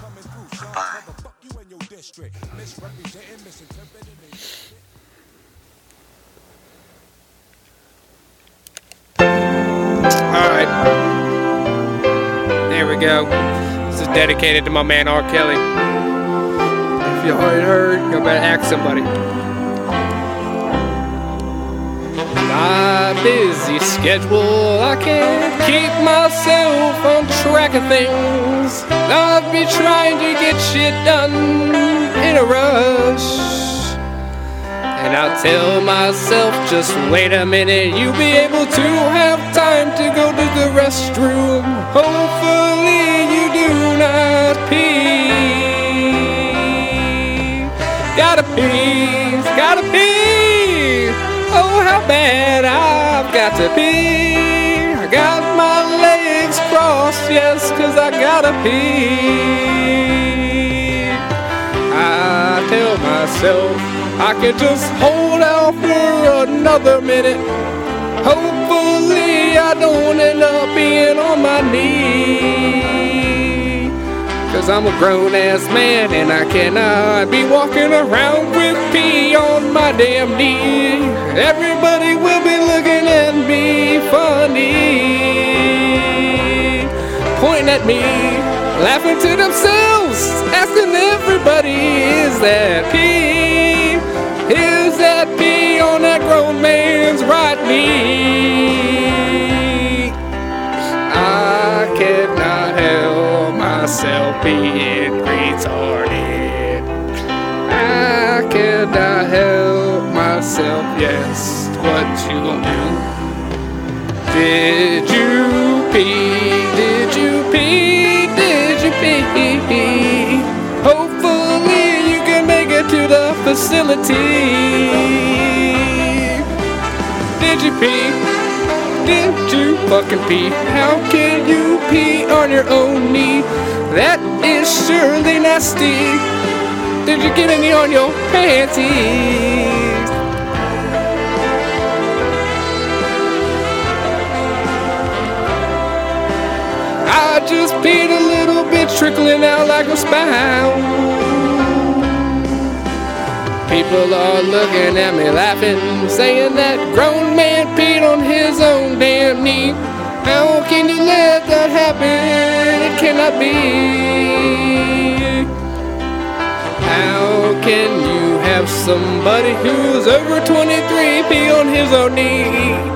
S6: Goodbye.
S7: All right. There we go. This is dedicated to my man R. Kelly. If you already heard, go better ask somebody. My busy schedule, I can't keep myself on track of things. I've been trying to get shit done in a rush. And I'll tell myself, just wait a minute, you'll be able to have time to go to the restroom. Hopefully, you do not pee. Gotta pee, gotta pee. Oh, how bad I've got to pee. I got my legs crossed, yes, cause I gotta pee. I tell myself I can just hold out for another minute. Hopefully, I don't end up being on my knee. Cause I'm a grown ass man and I cannot be walking around with pee on my damn knee. Everybody will be looking at me funny, pointing at me, laughing to themselves, asking everybody, is that pee? Is that pee on that grown man's right knee? I cannot help myself being retarded. I cannot help myself, yes. What you gonna do? Did you pee? Did you pee? Did you pee? Hopefully you can make it to the facility. Did you pee? Did you fucking pee? How can you pee on your own knee? That is surely nasty. Did you get any on your panties? I just peed a little bit trickling out like a spout. People are looking at me laughing, saying that grown man peed on his own damn knee. How can you let that happen? It cannot be. How can you have somebody who's over 23 pee on his own knee?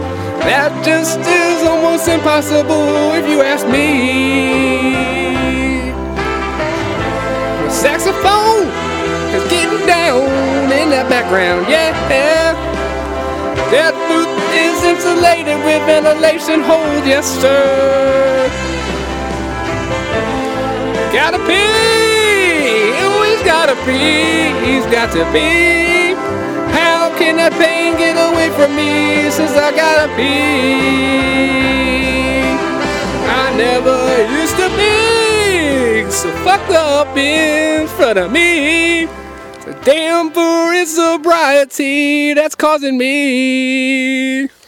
S7: That just is almost impossible if you ask me. The saxophone is getting down in that background, yeah. That booth is insulated with ventilation holes, yes, sir. Gotta pee! Oh, he's gotta pee! He's got to pee! How can that pain get away from me since I gotta pee? I never used to be so fucked up in front of me. The damn for its sobriety that's causing me.